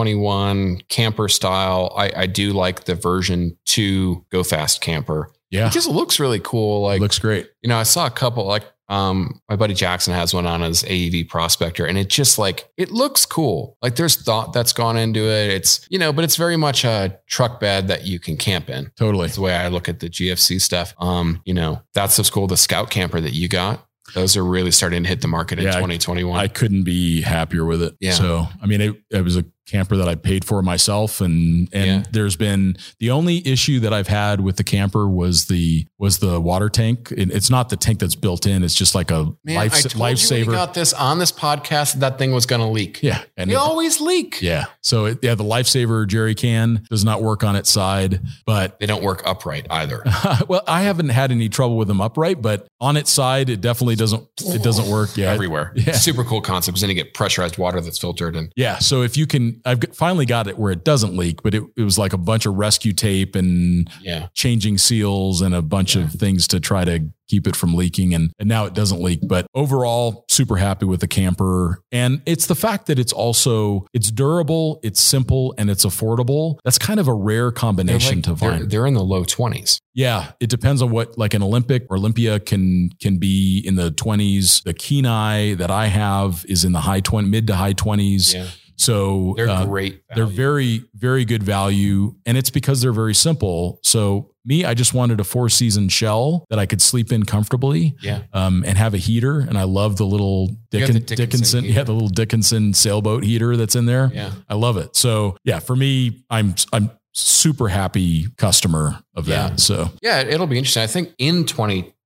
2021 camper style. I, I do like the version two go fast camper.
yeah.
It just looks really cool. Like,
looks great.
you know, I saw a couple like, um, my buddy Jackson has one on his AEV prospector and it just like, it looks cool. Like there's thought that's gone into it. It's, you know, but it's very much a truck bed that you can camp in.
Totally.
That's the way I look at the GFC stuff. Um, you know, that's what's cool. The scout camper that you got, those are really starting to hit the market in
Yeah, I-
2021.
I couldn't be happier with it.
Yeah.
So, I mean, it, it was a camper that I paid for myself and, and
Yeah.
there's been the only issue that I've had with the camper was the, was the water tank. And it's not the tank that's built in. It's just like a life,
You
lifesaver.
when you got this on this podcast. That thing was going to leak.
yeah. And
They
it-
always leak.
yeah. So it, yeah, the lifesaver jerry can does not work on its side, but [laughs]
They don't work upright either.
well, I haven't had any trouble with them upright, but on its side, it definitely doesn't, it doesn't work. Yeah.
Everywhere.
Yeah.
Super cool concept. Because then you get pressurized water that's filtered and
Yeah. So if you can, I've got- finally got it where it doesn't leak, but it, it was like a bunch of rescue tape and
yeah.
changing seals and a bunch
Yeah.
of things to try to keep it from leaking. And, and now it doesn't leak, but overall super happy with the camper. And it's the fact that it's also, it's durable, it's simple and it's affordable. That's kind of a rare
They're,
combination
like-
to
they're-
find.
they're in the low 20s.
Yeah, it depends on what like an Olympic or Olympia can can be in the 20s. The Kenai that I have is in the high 20 mid to high 20s.
Yeah.
So
They're
uh,
great.
they're
value.
very, very good value. And it's because they're very simple. So, me, I just wanted a four season shell that I could sleep in comfortably
yeah.
um, and have a heater. And I love the little
You got the
Dickin-
Dickinson
Dickinson,
heater.
yeah, the little Dickinson sailboat heater that's in there.
Yeah.
I love it. So, yeah, for me, I'm, I'm super happy customer of
Yeah.
that. So,
Yeah, it'll be interesting. I think in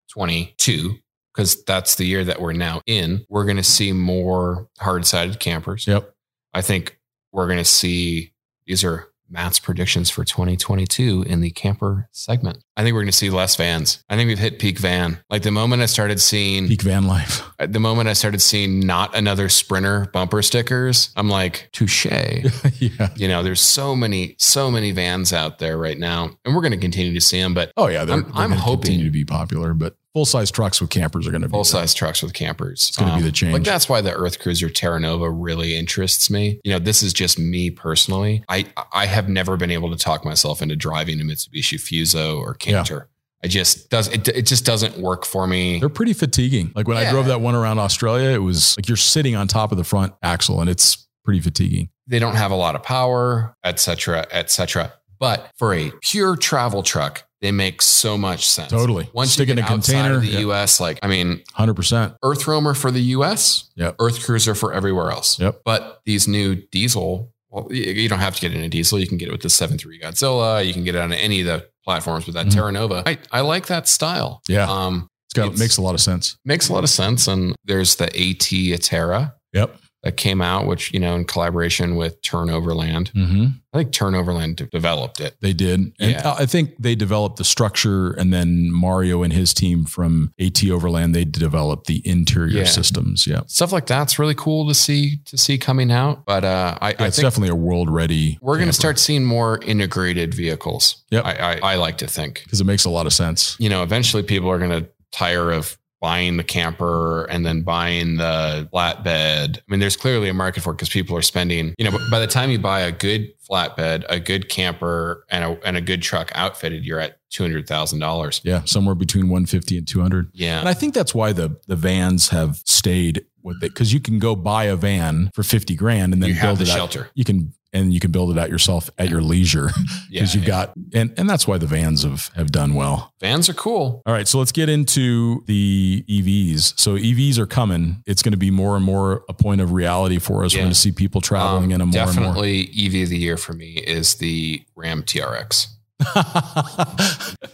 2022, because that's the year that we're now in, we're going to see more hard sided campers.
yep.
I think we're going to see these are Matt's predictions for 2022 in the camper segment. I think we're going to see less vans. I think we've hit peak van. Like the moment I started seeing
Peak van
[laughs]
life.
at the moment I started seeing not another sprinter bumper stickers, I'm like, touche.
yeah.
you know, there's so many, so many vans out there right now, and we're going to continue to see them. But
Oh yeah, they're,
I'm-
they're
I'm
gonna
hoping-
continue to be popular, but full size trucks with campers are going to be
full size trucks with campers. Um,
It's gonna be the change.
Like that's why the Earth Cruiser Terra Nova really interests me. You know, this is just me personally. I I have never been able to talk myself into driving a Mitsubishi Fuso or
Yeah.
Canter. I just does it, it just doesn't work for
[laughs]
me.
They're pretty fatiguing. Like when
Yeah.
I drove that one around Australia, it was like you're sitting on top of the front axle, and it's pretty fatiguing.
They don't have a lot of power, etc., cetera, etc. Cetera. But for a pure travel truck, they make so much sense.
Totally.
Once
Stick
you
in
get
a
outside
container.
of the U.S., like I mean,
Hundred percent.
Earth Roamer for the US,
Yep.
Earth Cruiser for everywhere else.
Yep.
But these new diesel, well, you- you don't have to get it in a diesel. You can get it with the 7.3 Godzilla. You can get it on any of the platforms with that
Mhm.
Terra Nova. I, I like that style.
Yeah,
Um,
it's got
it's-
makes a lot of sense.
makes a lot of sense. And there's the AT Atera
Yep.
that came out, which, you know, in collaboration with Turnoverland.
Mm-hmm.
I think Turnoverland de- developed it.
They did, and
Yeah.
I I think they developed the structure, and then Mario and his team from AT Overland they developed the interior
Yeah.
systems. Yeah,
Stuff like that's really cool to see to see coming out. But uh, I,
yeah
I
it's
think
definitely a world ready.
we're going to start seeing more integrated vehicles.
Yep.
I, I, I like to think.
because it makes a lot of sense.
you know, eventually people are going to tire of buying the camper and then buying the flatbed. I mean, there's clearly a market for it because people are spending, you know, but by the time you buy a good flatbed, a good camper and a, and a good truck outfitted, you're at $200,000.
Yeah, somewhere between one fifty and two hundred. And
Yeah.
I think that's why the the vans have stayed with it because you can go buy a van for fifty grand and then
You have
build it
the
out.
shelter.
You can and you can build it out yourself at your leisure [laughs]
Yeah.
because you've got and and that's why the vans have have done well.
Vans are cool.
All right, so let's get into the EVs. So EVs are coming. It's going to be more and more a point of reality for us.
Yeah.
We're going to see people traveling in
Um,
a more and more.
definitely EV of the year for me is the Ram TRX.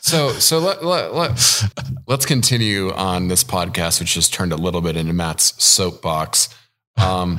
So, so let, let, let, let's continue on this podcast, which just turned a little bit into Matt's soapbox. Um,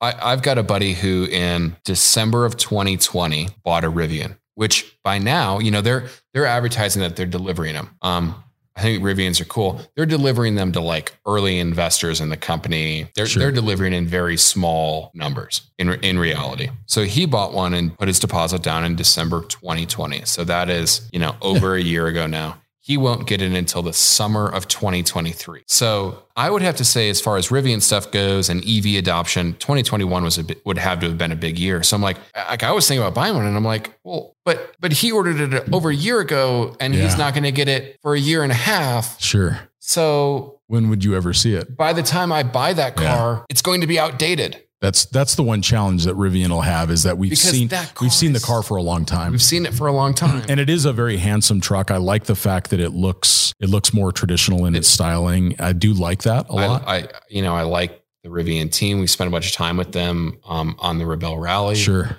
I, I've got a buddy who in December of 2020 bought a Rivian, which by now, you know, they're, they're advertising that they're delivering them. Um, I think Rivians are cool. They're delivering them to like early investors in the company. They're,
Sure.
they're delivering in very small numbers in, in reality. So he bought one and put his deposit down in December 2020. So that is,
[laughs]
you know, over a year ago now. He won't get it until the summer of 2023. So I would have to say, as far as Rivian stuff goes and EV adoption, 2021 was a bit, would have to have been a big year. So I'm like, like I was thinking about buying one, and I'm like, well, but but he ordered it over a year ago, and he's
Yeah.
not going to get it for a year and a
[laughs]
half.
sure.
So
When would you ever see it?
by the time I buy that
Yeah.
car, it's going to be outdated
That's that's the one challenge that Rivian will have is that we've
because
seen
that car
we've seen the
is-
car for a long time.
We've seen it for a long time.
and it is [clears throat] a very handsome truck. I like the fact that it looks it looks more traditional in its styling. I do like that a
I,
lot.
I, you know, I like the Rivian team. We spent a bunch of time with them um, on the Rebel Rally.
sure.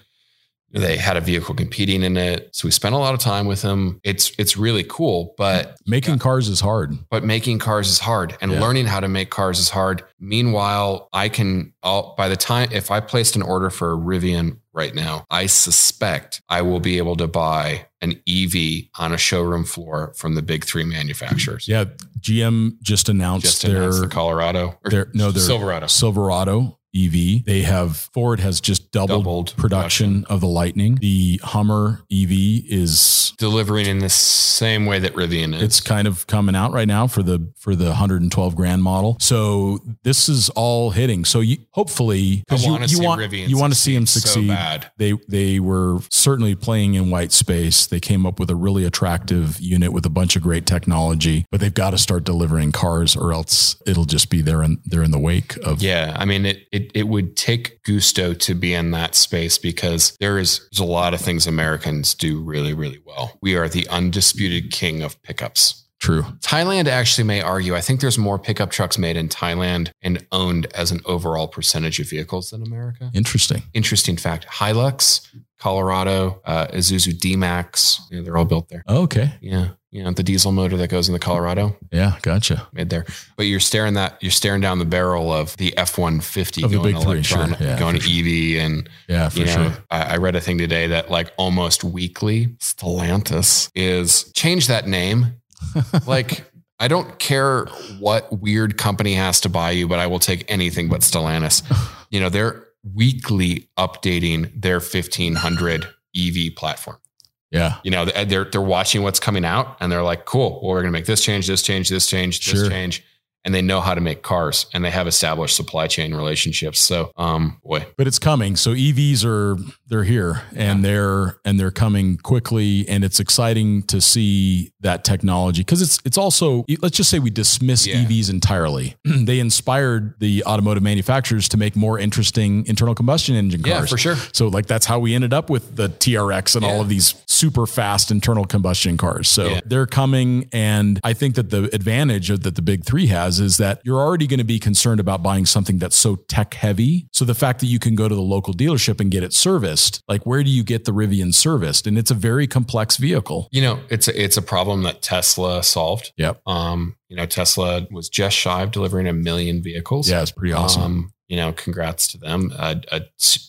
They had a vehicle competing in it, so we spent a lot of time with them. It's it's really cool, but
Making cars is hard.
but making cars is hard, and
Yeah.
learning how to make cars is hard. Meanwhile, I can I'll, by the time if I placed an order for a Rivian right now, I suspect I will be able to buy an EV on a showroom floor from the big three manufacturers.
Yeah, GM just announced
Just
their
announced the Colorado or
their- no, their-
Silverado
Silverado EV. They have Ford has just doubled,
doubled
production of the Lightning. The Hummer EV is
delivering in the same way that Rivian is.
it's kind of coming out right now for the for the 112 grand model. So this is all hitting. So you hopefully
I
because you,
wanna
you
see
want
Rivian
you want to see him
so
succeed.
bad.
they they were certainly playing in white space. They came up with a really attractive unit with a bunch of great technology, but they've got to start delivering cars, or else it'll just be there in they're in the wake of
Yeah, I mean it. It it it would take gusto to be in that space because there is there's a lot of things Americans do really really well. We are the undisputed king of pickups.
True.
Thailand actually may argue. I think there's more pickup trucks made in Thailand and owned as an overall percentage of vehicles than America.
Interesting.
Interesting fact: Hilux, Colorado, uh, Isuzu D-Max. Yeah, they're all built there.
Okay.
Yeah, yeah. The diesel motor that goes in the Colorado
Yeah. Gotcha.
made there. But you're staring that you're staring down the barrel of the F-150
Of the
going
big three, sure.
electronic,
Yeah,
going
for sure.
EV, and
Yeah, for
you know,
sure.
I, I read a thing today that like almost weekly, Stellantis is change
[laughs]
that name. like I don't care what weird company has to buy you, but I will take anything
[laughs]
but Stellantis. You know, they're weekly updating their 1500 EV platform.
Yeah.
You know, they're they're watching what's coming out and they're like, cool, well, we're gonna make this change, this change, this change, this
Sure.
change. And they know how to make cars and they have established supply chain relationships. So um boy,
But it's coming. So EVs are they're here and they're and they're coming quickly and it's exciting to see that technology cuz it's it's also let's just say we dismiss
Yeah.
EVs entirely. [clears throat] they inspired the automotive manufacturers to make more interesting internal combustion engine cars.
yeah, for sure.
So like that's how we ended up with the TRX and all
Yeah.
of these super fast internal combustion cars. So
Yeah.
they're coming and I think that the advantage of, that the big 3 has is that you're already going to be concerned about buying something that's so tech heavy. So the fact that you can go to the local dealership and get it serviced, like where do you get the Rivian serviced? And it's a very complex vehicle.
You know, it's a, it's a problem that Tesla solved.
Yep.
Um, you know, Tesla was just shy of delivering a million vehicles.
Yeah, it's pretty awesome.
Um, you know, congrats to them. Uh, uh,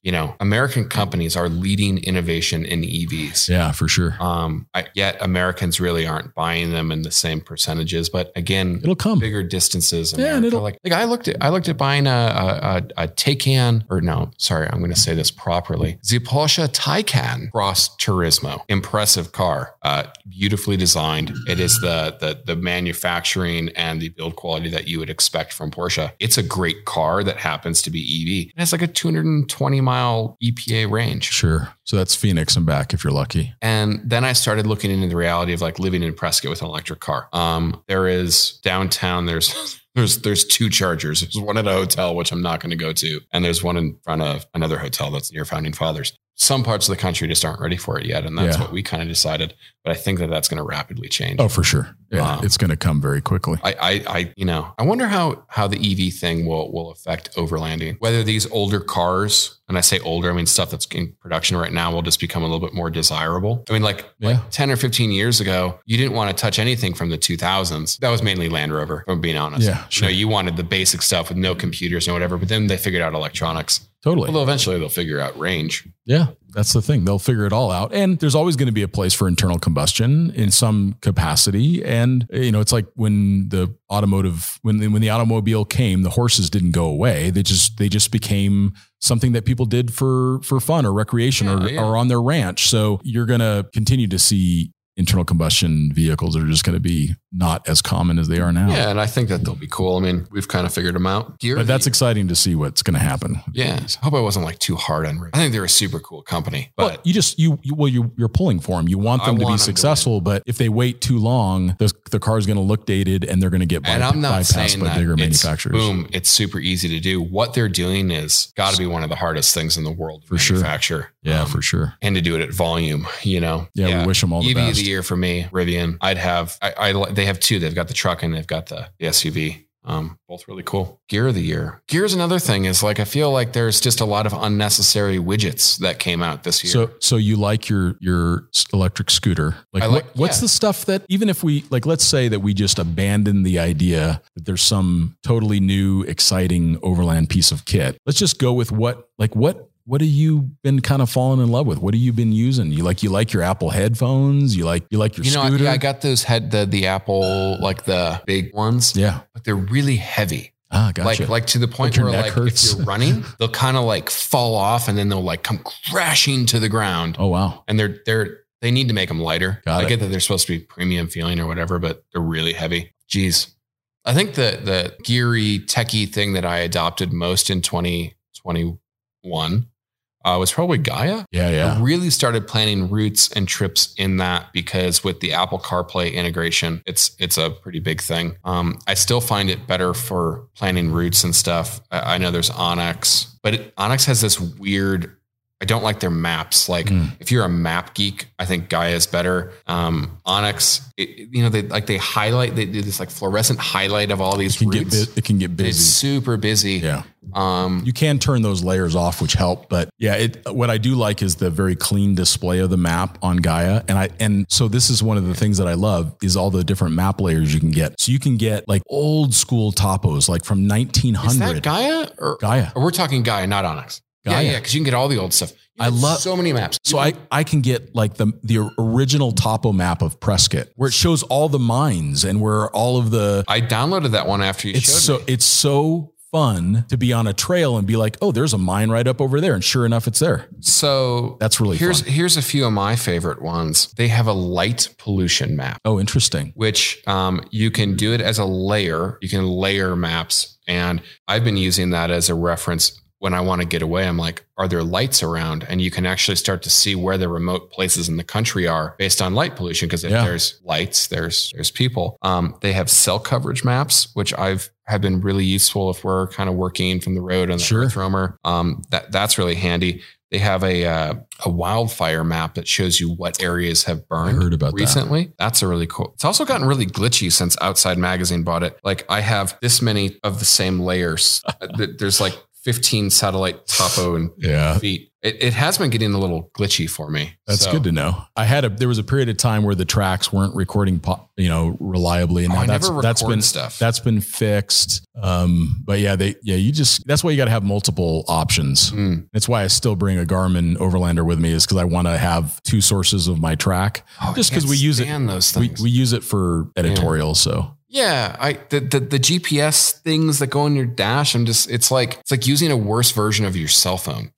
you know, American companies are leading innovation in EVs.
yeah, for sure.
Um, I, yet Americans really aren't buying them in the same percentages. But again,
It'll come.
bigger distances.
Yeah, and
America.
it'll-
like like I looked at I looked at buying a a, a, a Taycan or no, sorry, I'm going to say this properly. The Porsche Taycan Cross Turismo, impressive car, uh, beautifully designed. It is the the the manufacturing and the build quality that you would expect from Porsche. It's a great car that happens to be E EV. It has like a 220 mile EPA range.
Sure. So that's Phoenix and back if you're lucky.
And then I started looking into the reality of like living in Prescott with an electric car. Um, there is downtown. There's [laughs] there's there's two chargers. There's one at a hotel, which I'm not going to go to, and there's one in front of another hotel that's near Founding Fathers. Some parts of the country just aren't ready for it yet, and that's
Yeah.
what we kind of decided. But I think that that's going to rapidly change.
Oh, for sure. Yeah,
Wow.
it's going to come very quickly.
I, I, I, you know, I wonder how how the EV thing will will affect overlanding. Whether these older cars, and I say older, I mean stuff that's in production right now, will just become a little bit more desirable. I mean, like
Yeah.
10 or 15 years ago, you didn't want to touch anything from the 2000s. That was mainly Land Rover, if I'm being honest.
Yeah,
You know,
sure.
you wanted the basic stuff with no computers and whatever, but then they figured out electronics.
Totally.
Although eventually they'll figure out range.
Yeah, that's the thing. They'll figure it all out. And there's always going to be a place for internal combustion in some capacity. And you know, it's like when the automotive when the, when the automobile came, the horses didn't go away. They just they just became something that people did for for fun or recreation or,
Yeah, yeah.
or on their ranch. So you're going to continue to see internal combustion vehicles that are just going to be not as common as they are now.
Yeah, and I think that they'll be cool. I mean, we've kind of figured them out. Here,
But that's exciting to see what's going to happen.
yeah. I hope I wasn't like too hard on. Rick. I think they're a super cool company,
But
but
you just you, you well you you're pulling for them. You want
I
them to be
want 'em to
successful, but if they wait too long, the the car's going to look dated and they're going to get
and
bypa-
I'm not
bypassed
saying
by
that
bigger
it's,
manufacturers.
Boom! It's super easy to do. What they're doing is got to be one of the hardest things in the world to
For sure.
manufacture.
Yeah,
Um,
for sure.
and to do it at volume. You know,
Yeah, we wish them all the
EV of
best.
the year for me, Rivian. I'd have I, I li- they have two. They've got the truck and they've got the, the SUV. Um, both really cool. Gear of the year. Gear is another thing. Is like I feel like there's just a lot of unnecessary widgets that came out this year.
So so you like your your s- electric scooter? Like,
I
what-
like-
what's
yeah.
the stuff that even if we like let's say that we just abandon the idea that there's some totally new exciting overland piece of kit. Let's just go with what like what what have you been kind of falling in love with? What have you been using? You like you like your Apple headphones? You like you like your
you know, I,
scooter?
yeah, I got those head the the Apple like the big ones,
yeah.
but they're really heavy.
Ah, gotcha.
Like like to the point
Like your
where
neck
like
hurts.
if you're running,
[laughs]
they'll kind of like fall off and then they'll like come crashing to the ground.
oh wow.
and they're they're they need to make them lighter.
Got
I
it.
get that they're supposed to be premium feeling or whatever, but they're really heavy. Jeez, I think the the geary techie thing that I adopted most in twenty twenty one uh, was probably Gaia.
Yeah,
I really started planning routes and trips in that because with the Apple CarPlay integration, it's it's a pretty big thing. Um, I still find it better for planning routes and stuff. I, I know there's Onyx, but it, Onyx has this weird. I don't like their maps. Like
Mm.
if you're a map geek, I think Gaia is better. Um, Onyx, it, you know, they like they highlight. They do this like fluorescent highlight of all
It
these
can get
routes.
bu- it can get
It's
busy.
super busy.
Yeah.
Um,
You can turn those layers off, which help. But yeah, it, what I do like is the very clean display of the map on Gaia, and I and so this is one of the things that I love is all the different map layers you can get. So you can get like old school topos, like from
is that
1900.
Gaia or
Gaia.
Or We're talking Gaia, not Onyx.
Gaia.
Yeah, yeah, because you can get all the old stuff.
I
You get
love-
so many maps.
So I, I can get like the the original topo map of Prescott, where it shows all the mines and where all of the
I downloaded that one after you
it's
showed
so
me.
it's so fun to be on a trail and be like, oh, there's a mine right up over there, and sure enough, it's there.
So
That's really
here's
fun.
here's a few of my favorite ones. They have a light pollution map,
Oh, interesting.
which um, you can do it as a layer. You can layer maps, and I've been using that as a reference when I want to get away. I'm like, are there lights around? And you can actually start to see where the remote places in the country are based on light pollution. Because if
Yeah.
there's lights, there's there's people. Um, they have cell coverage maps, which I've have been really useful if we're kind of working from the road on the
Sure.
Earth roamer. Um, that that's really handy. They have a uh, a wildfire map that shows you what areas have burned
heard about that.
recently. That's a really cool. It's also gotten really glitchy since Outside Magazine bought it. Like I have this many of the same
[laughs]
layers. Uh, th- There's like 15 satellite topo and
Yeah.
feet. It, it has been getting a little glitchy for me.
That's
So-
good to know. I had a there was a period of time where the tracks weren't recording, po- you know, reliably, and
Oh,
now
I
that's
never
that's
record
been
stuff.
that's been fixed. Um, but yeah, they yeah you just that's why you got to have multiple options.
Mm.
That's why I still bring a Garmin Overlander with me is because I want to have two sources of my track.
Oh, I
Just 'cause
can't
we use it-
stand those
We,
things.
we use it for editorial, so
Yeah, I the, the the GPS things that go on your dash. I'm just it's like it's like using a worse version of your cell phone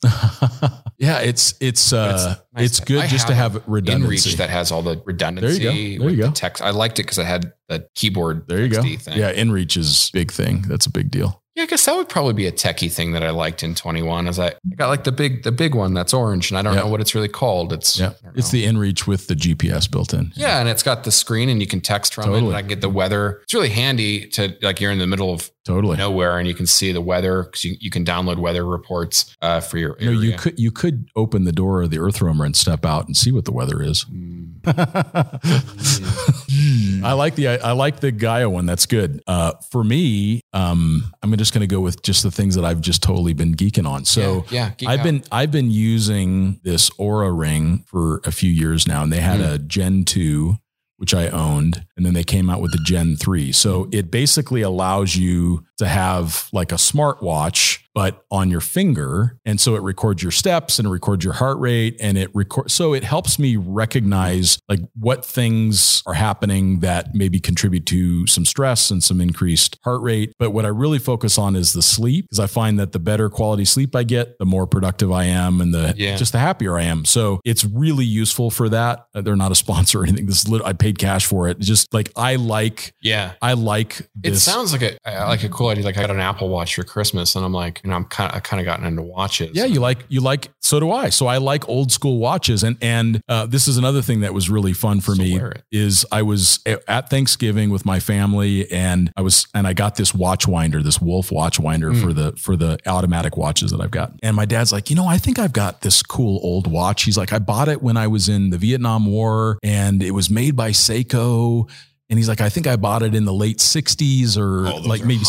yeah, it's it's uh
It's nice
it's
to-
good
I
just to
have
have
in
redundancy.
reach that has all the redundancy.
There you go. There
with
you
the
go.
text. I liked it because I had the keyboard.
there you go.
texty Thing.
Yeah, inReach is big thing. That's a big deal.
Yeah, I guess that would probably be a techie thing that I liked in 21. Is I, I got like the big the big one that's orange, and I don't
Yeah.
know what it's really called. It's
Yeah,
I don't
it's
know.
the inReach with the GPS built in.
yeah, and it's got the screen, and you can text from it,
Totally.
and I can get the weather. It's really handy to like you're in the middle of
totally.
nowhere, and you can see the weather because you, you can download weather reports uh, for your
No,
area.
you could you could open the door of the Earth Roamer and step out and see what the weather is.
Mm.
[laughs] I like the I, I like the Gaia one. That's good. Uh, for me, um, I'm just going to go with just the things that I've just totally been geeking on. So.
yeah, yeah, geek
I've
out.
been I've been using this Aura ring for a few years now, and they had
Hmm.
a Gen two, which I owned, and then they came out with the Gen three. So it basically allows you to have like a smartwatch, but on your finger, and so it records your steps and it records your heart rate, and it record. So it helps me recognize like what things are happening that maybe contribute to some stress and some increased heart rate. But what I really focus on is the sleep because I find that the better quality sleep I get, the more productive I am, and the
Yeah.
just the happier I am. So it's really useful for that. Uh, They're not a sponsor or anything. This is lit- I paid cash for it. Just like I like
yeah.
I like
It
this.
sounds like a uh, like a cool idea. Like I got an Apple Watch for Christmas, and I'm like, you know, I'm kind of I kind of gotten into watches.
Yeah, you like you like. So do I. So I like old school watches, and and uh, this is another thing that was really fun for
So
me
wear it.
is I was a- at Thanksgiving with my family, and I was and I got this watch winder, this Wolf watch winder
Mm.
for the for the automatic watches that I've got. And my dad's like, you know, I think I've got this cool old watch. He's like, I bought it when I was in the Vietnam War, and it was made by Seiko. And he's like, I think I bought it in the late 60s or
Oh, those
like
are
maybe
hot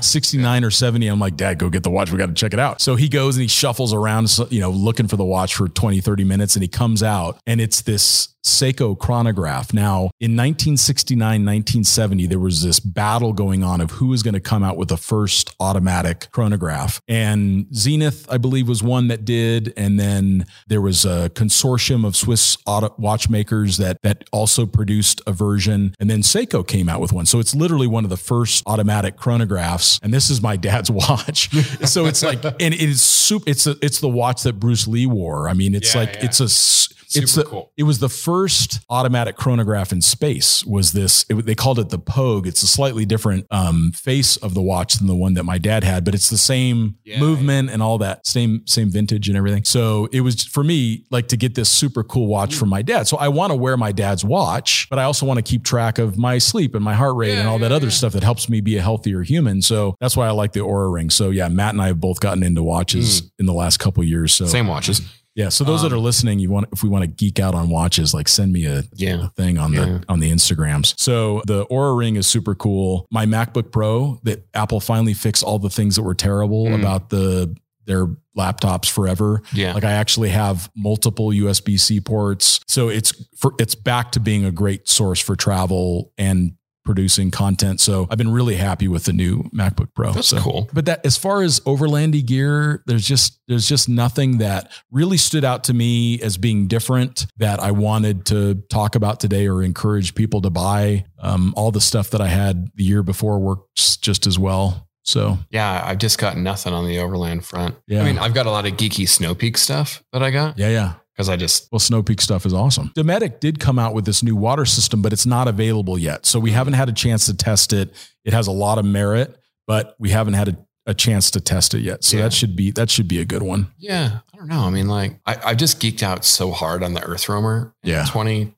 69, 69 or 70. I'm like, Dad, go get the watch. We got to check it out. So he goes and he shuffles around, so- you know, looking for the watch for 20, 30 minutes. And he comes out and it's this Seiko chronograph. Now, in 1969, 1970, there was this battle going on of who was going to come out with the first automatic chronograph. And Zenith, I believe, was one that did. And then there was a consortium of Swiss auto watchmakers that that also produced a version. And then Seiko came out with one. So it's literally one of the first automatic chronographs. And this is my dad's [laughs] watch. so it's like, and it is super. It's a, it's the watch that Bruce Lee wore. I mean, it's
Yeah,
like
yeah.
it's a s- It's
Super
the-
cool.
It was the first automatic chronograph in space. Was this? It, they called it the Pogue. It's a slightly different um, face of the watch than the one that my dad had, but it's the same
Yeah.
movement and all that same same vintage and everything. So it was for me like to get this super cool watch
Mm.
from my dad. So I want to wear my dad's watch, but I also want to keep track of my sleep and my heart rate
Yeah,
and all that
yeah,
other
yeah.
stuff that helps me be a healthier human. So that's why I like the Aura ring. So yeah, Matt and I have both gotten into watches
Mm.
in the last couple years. So
Same watches.
yeah. So those
Um,
that are listening, you want if we want to geek out on watches, like send me a,
Yeah.
a thing on
Yeah.
the on the Instagrams. So the Aura Ring is super cool. My MacBook Pro that Apple finally fixed all the things that were terrible
Mm.
about the their laptops forever.
Yeah.
Like I actually have multiple USB C ports, so it's for it's back to being a great source for travel and producing content. So I've been really happy with the new MacBook Pro.
That's
so
cool.
but that as far as overlandy gear there's just there's just nothing that really stood out to me as being different that i wanted to talk about today or encourage people to buy um, all the stuff that i had the year before works just as well so
Yeah, I've just got nothing on the overland front.
Yeah.
I mean, I've got a lot of geeky snow peak stuff that I got
yeah yeah
because I just
well snow peak stuff is awesome dometic did come out with this new water system but it's not available yet so we haven't had a chance to test it it has a lot of merit but we haven't had a, a chance to test it yet so
Yeah.
that should be that should be a good one
yeah, I don't know. I mean, like I, I've just geeked out so hard on the Earth Roamer. in
Yeah.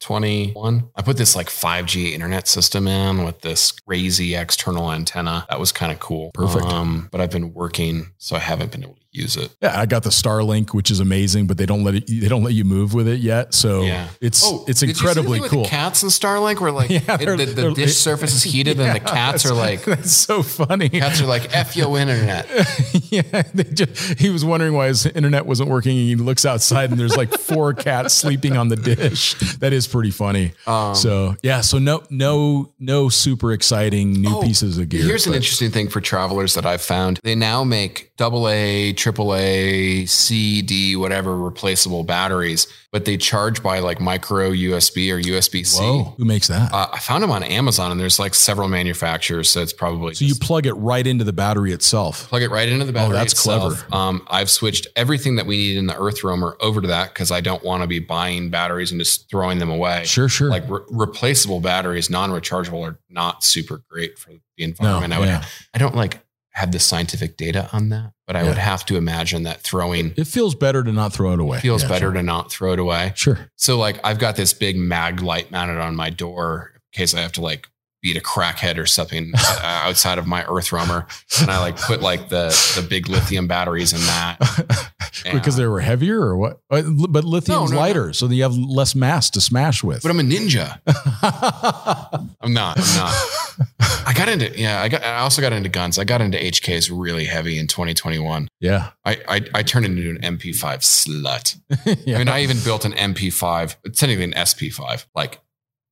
2021. I put this like 5G internet system in with this crazy external antenna. That was kind of cool.
Perfect.
Um, but I've been working, so I haven't been able to use it.
Yeah, I got the Starlink, which is amazing, but they don't let it, they don't let you move with it yet. So Oh,
Yeah. Oh,
it's it's
did you see the
incredibly
thing with
cool.
The cats and Starlink were like,
[laughs] Yeah,
it-
they're-
the,
they're- [laughs]
the dish surface is heated, and the
Yeah,
cats are
that's- [laughs]
like,
that's so funny.
cats are like, f yo internet.
[laughs] yeah, they just, he was wondering why his internet wasn't working. And he looks outside, and there's like [laughs] four cats sleeping on the dish. That is pretty funny.
Um,
so yeah, so no no no super exciting new
Oh,
pieces of gear.
Here's an
but-
interesting thing for travelers that I've found. They now make AA, AAA, C, D, whatever replaceable batteries, but they charge by like micro USB or USB C.
Whoa, who makes that?
Uh, I found them on Amazon and there's like several manufacturers. So it's probably
so you
just
plug it right into the battery itself.
plug it right into the battery.
that's
itself.
clever.
Um, I've switched everything that we need in the Earth Roamer over to that because I don't want to be buying batteries and just throwing them away.
Sure, sure.
Like re- replaceable batteries, non rechargeable, are not super great for the environment. I would
yeah.
I don't like have the scientific data on that, but I
Yeah.
would have to imagine that throwing
it feels better to not throw it away.
feels
Yeah,
better to not throw it away.
Sure. sure.
So like I've got this big mag light mounted on my door in case I have to like beat a crackhead
[laughs]
or something uh, outside of my earth roamer. And I like put like the the big lithium batteries in that.
[laughs] because they were heavier or what? Uh, li- But lithium's
No, no, no.
lighter, so you have less mass to smash with.
but I'm a ninja. I'm not. I'm not. I got into yeah, I got I also got into guns. I got into HKs really heavy in 2021.
[laughs] yeah.
I I, I turned into an MP5 slut.
[laughs] yeah.
I mean, I even built an MP5, it's technically an SP5, like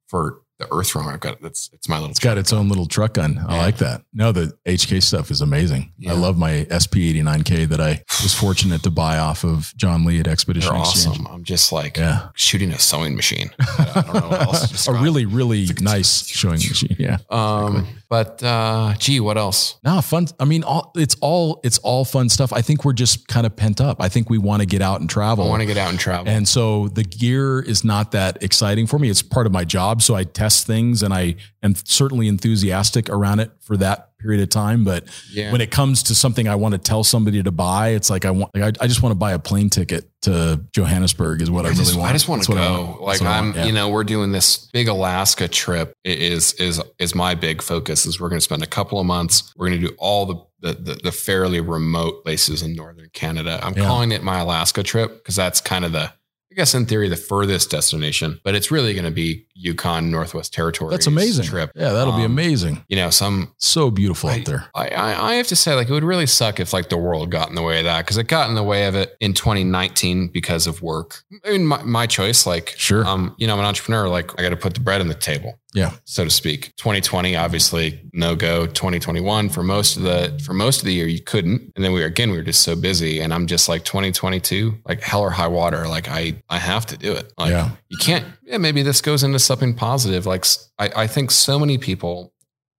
for the Earth roamer. I've got that's it's my little.
it's got its own little truck gun. I
Yeah.
like that. No, the HK stuff is amazing.
Yeah.
I love my SP89K that I was fortunate to buy off of John Lee at
They're
Expedition Exchange.
awesome. I'm just like
Yeah.
shooting a sewing
[laughs]
machine. I don't know what else to
a
describe.
really, really nice showing machine. Yeah. [laughs]
Um, but uh, gee, what else?
No, fun. I mean, all it's all it's all fun stuff. I think we're just kind of pent up. I think we want to get out and
I
travel.
want to get out and travel.
And so the gear is not that exciting for me. It's part of my job. So I test things and I am certainly enthusiastic around it for that period of time. But
yeah.
when it comes to something I want to tell somebody to buy, it's like I want, like I, I just want to buy a plane ticket to Johannesburg is what I,
I
really
just,
want.
I just want
That's
to
what I
go.
want.
Like
That's what I
I'm,
want. Yeah.
you know, we're doing this big Alaska trip. It is is is my big focus. Is we're going to spend a couple of months. We're going to do all the the, the the fairly remote places in northern Canada. I'm
Yeah.
calling it my Alaska trip because that's kind of the. I guess in theory, the furthest destination, but it's really going to be Yukon Northwest Territories.
That's amazing.
Trip,
Yeah, that'll be
Um,
amazing.
you know, some
So beautiful out there.
I, I, I have to say, like, it would really suck if like the world got in the way of that because it got in the way of it in 2019 because of work. I mean, my, my choice, like,
Sure.
um, you know, I'm an entrepreneur. Like, I got to put the bread on the table.
Yeah.
so to speak. 2020, obviously, no go. 2021 for most of the for most of the year, you couldn't. And then we were again, we were just so busy. And I'm just like 2022, like hell or high water. Like I I have to do it. Like
yeah.
you can't yeah maybe this goes into something positive like s- I, I think so many people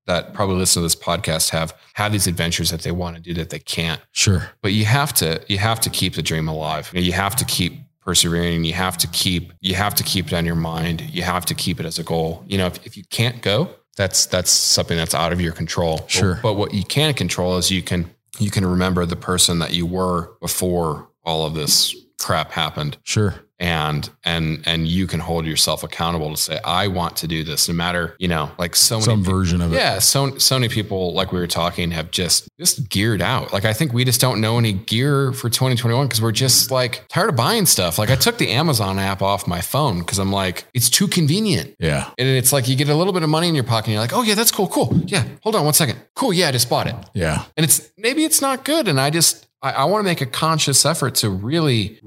that probably listen to this podcast have had these adventures that they want to do that they can't
Sure.
but you have to you have to keep the dream alive you have to keep persevering. You have to keep you have to keep it on your mind. You have to keep it as a goal. You know, if, if you can't go, that's that's something that's out of your control.
Sure.
But, but what you can control is you can you can remember the person that you were before all of this crap happened
Sure.
and and and you can hold yourself accountable to say i want to do this no matter you know like so many
Some
people-
version of it.
yeah, so so many people, like we were talking, have just just geared out. Like I think we just don't know any gear for 2021 because we're just like tired of buying stuff. Like I took the Amazon app off my phone because I'm like, it's too convenient.
Yeah.
And it's like you get a little bit of money in your pocket and you're like, oh yeah, that's cool, cool. Yeah, hold on one second. Cool, yeah, I just bought it.
Yeah.
And it's maybe it's not good. And I just I, I want to make a conscious effort to really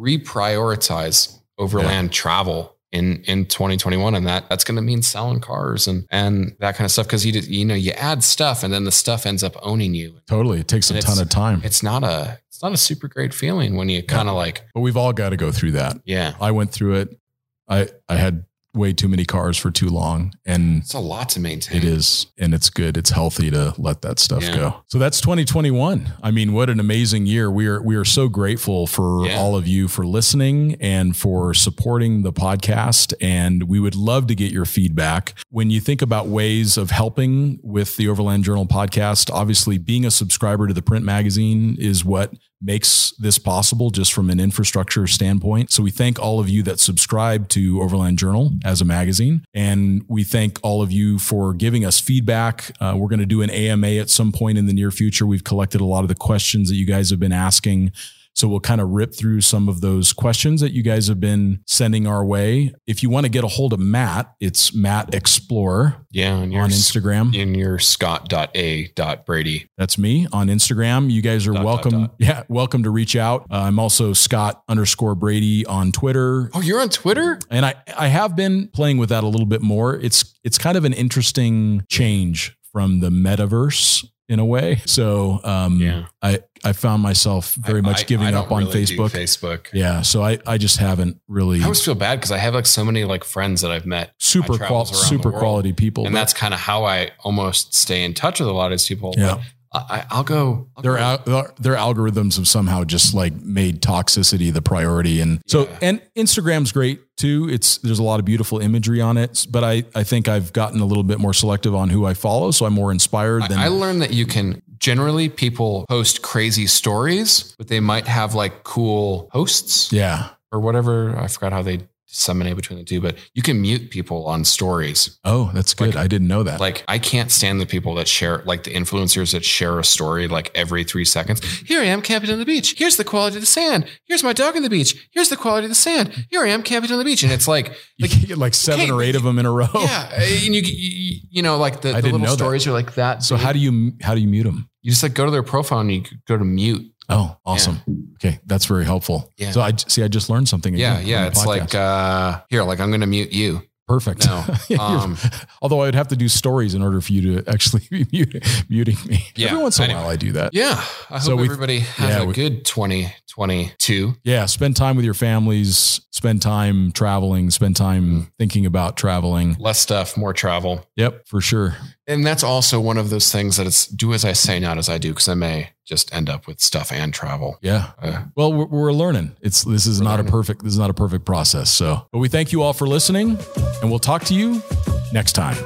reprioritize overland travel in in 2021, and that that's going to mean selling cars and and that kind of stuff because you just- you know you add stuff and then the stuff ends up owning you.
Totally. It takes a
And
ton
it's-
of time.
It's not a it's not a super great feeling when you kind of like
But we've all got to go through that.
yeah.
I went through it. I I had way too many cars for too long and
It's a lot to maintain.
It is, and it's good. It's healthy to let that stuff
Yeah.
go. So that's 2021. I mean, what an amazing year. We are we are so grateful for
Yeah.
all of you for listening and for supporting the podcast. And we would love to get your feedback. When you think about ways of helping with the Overland Journal podcast, obviously being a subscriber to the print magazine is what makes this possible just from an infrastructure standpoint. So we thank all of you that subscribe to Overland Journal as a magazine. And we thank all of you for giving us feedback. Uh, we're going to do an AMA at some point in the near future. We've collected a lot of the questions that you guys have been asking. So we'll kind of rip through some of those questions that you guys have been sending our way. If you want to get a hold of Matt, it's Matt Explorer
yeah, and you're
on Instagram.
in your scott.a.brady.
That's me on Instagram. You guys are
Dot, dot,
welcome.
dot.
[laughs] Yeah, welcome to reach out. Uh, I'm also Scott underscore Brady on Twitter.
Oh, you're on Twitter?
And I, I have been playing with that a little bit more. It's it's kind of an interesting change from the metaverse in a way. So um, I, I found myself very
I-
much
I-
giving
I
up
don't
on
really do
Facebook.
Facebook.
Yeah. So I, I just haven't really
I always feel bad because I have like so many like friends that I've met,
super qual-
I travels around
super
the world,
quality people.
and that's kind of how I almost stay in touch with a lot of these people.
yeah.
I, I- I'll go. I'll
Their,
go-
al- their their algorithms have somehow just like made toxicity the priority, and so
Yeah.
and Instagram's great too. It's there's a lot of beautiful imagery on it, but I I think I've gotten a little bit more selective on who I follow, so I'm more inspired than
I, I learned that you can generally people post crazy stories, but they might have like cool hosts
yeah.
or whatever. I forgot how they disseminate between the two, but you can mute people on stories.
Oh, that's good.
Like-
I didn't know that.
Like I can't stand the people that share like the influencers that share a story like every three seconds. Here I am camping on the beach. Here's the quality of the sand. Here's my dog on the beach. Here's the quality of the sand. Here I am camping on the beach. And it's like,
you can get like seven
okay,
or eight of them in a row.
yeah. And you, you, you know, like the,
Oh. I
the
didn't
little
know that.
stories are like
[laughs]
that.
So how do you how do you mute them?
you just like go to their profile and you go to mute?
Oh, awesome. Okay, that's very helpful.
Yeah.
So I j- see. I just learned something.
Yeah.
again on
Yeah.
the
It's
podcast.
like, uh, here, like I'm going to mute you.
perfect.
No,
[laughs] Yeah, you're-
um,
although I would have to do stories in order for you to [laughs] actually be muting, muting me.
Yeah,
Every once in a
anyway.
while, I do that.
Yeah. I hope
So we-
everybody has
yeah,
a
we-
good 2022.
Yeah, spend time with your families, spend time traveling, spend
Mm.
time thinking about traveling.
Less stuff, more travel.
Yep, for sure.
And that's also one of those things that it's do as I say, not as I do, because I may just end up with stuff and travel.
Yeah.
Uh,
Well, we're, we're learning. It's this is
We're
not a
learning.
perfect this is not a perfect process. So, but we thank you all for listening, and we'll talk to you next time.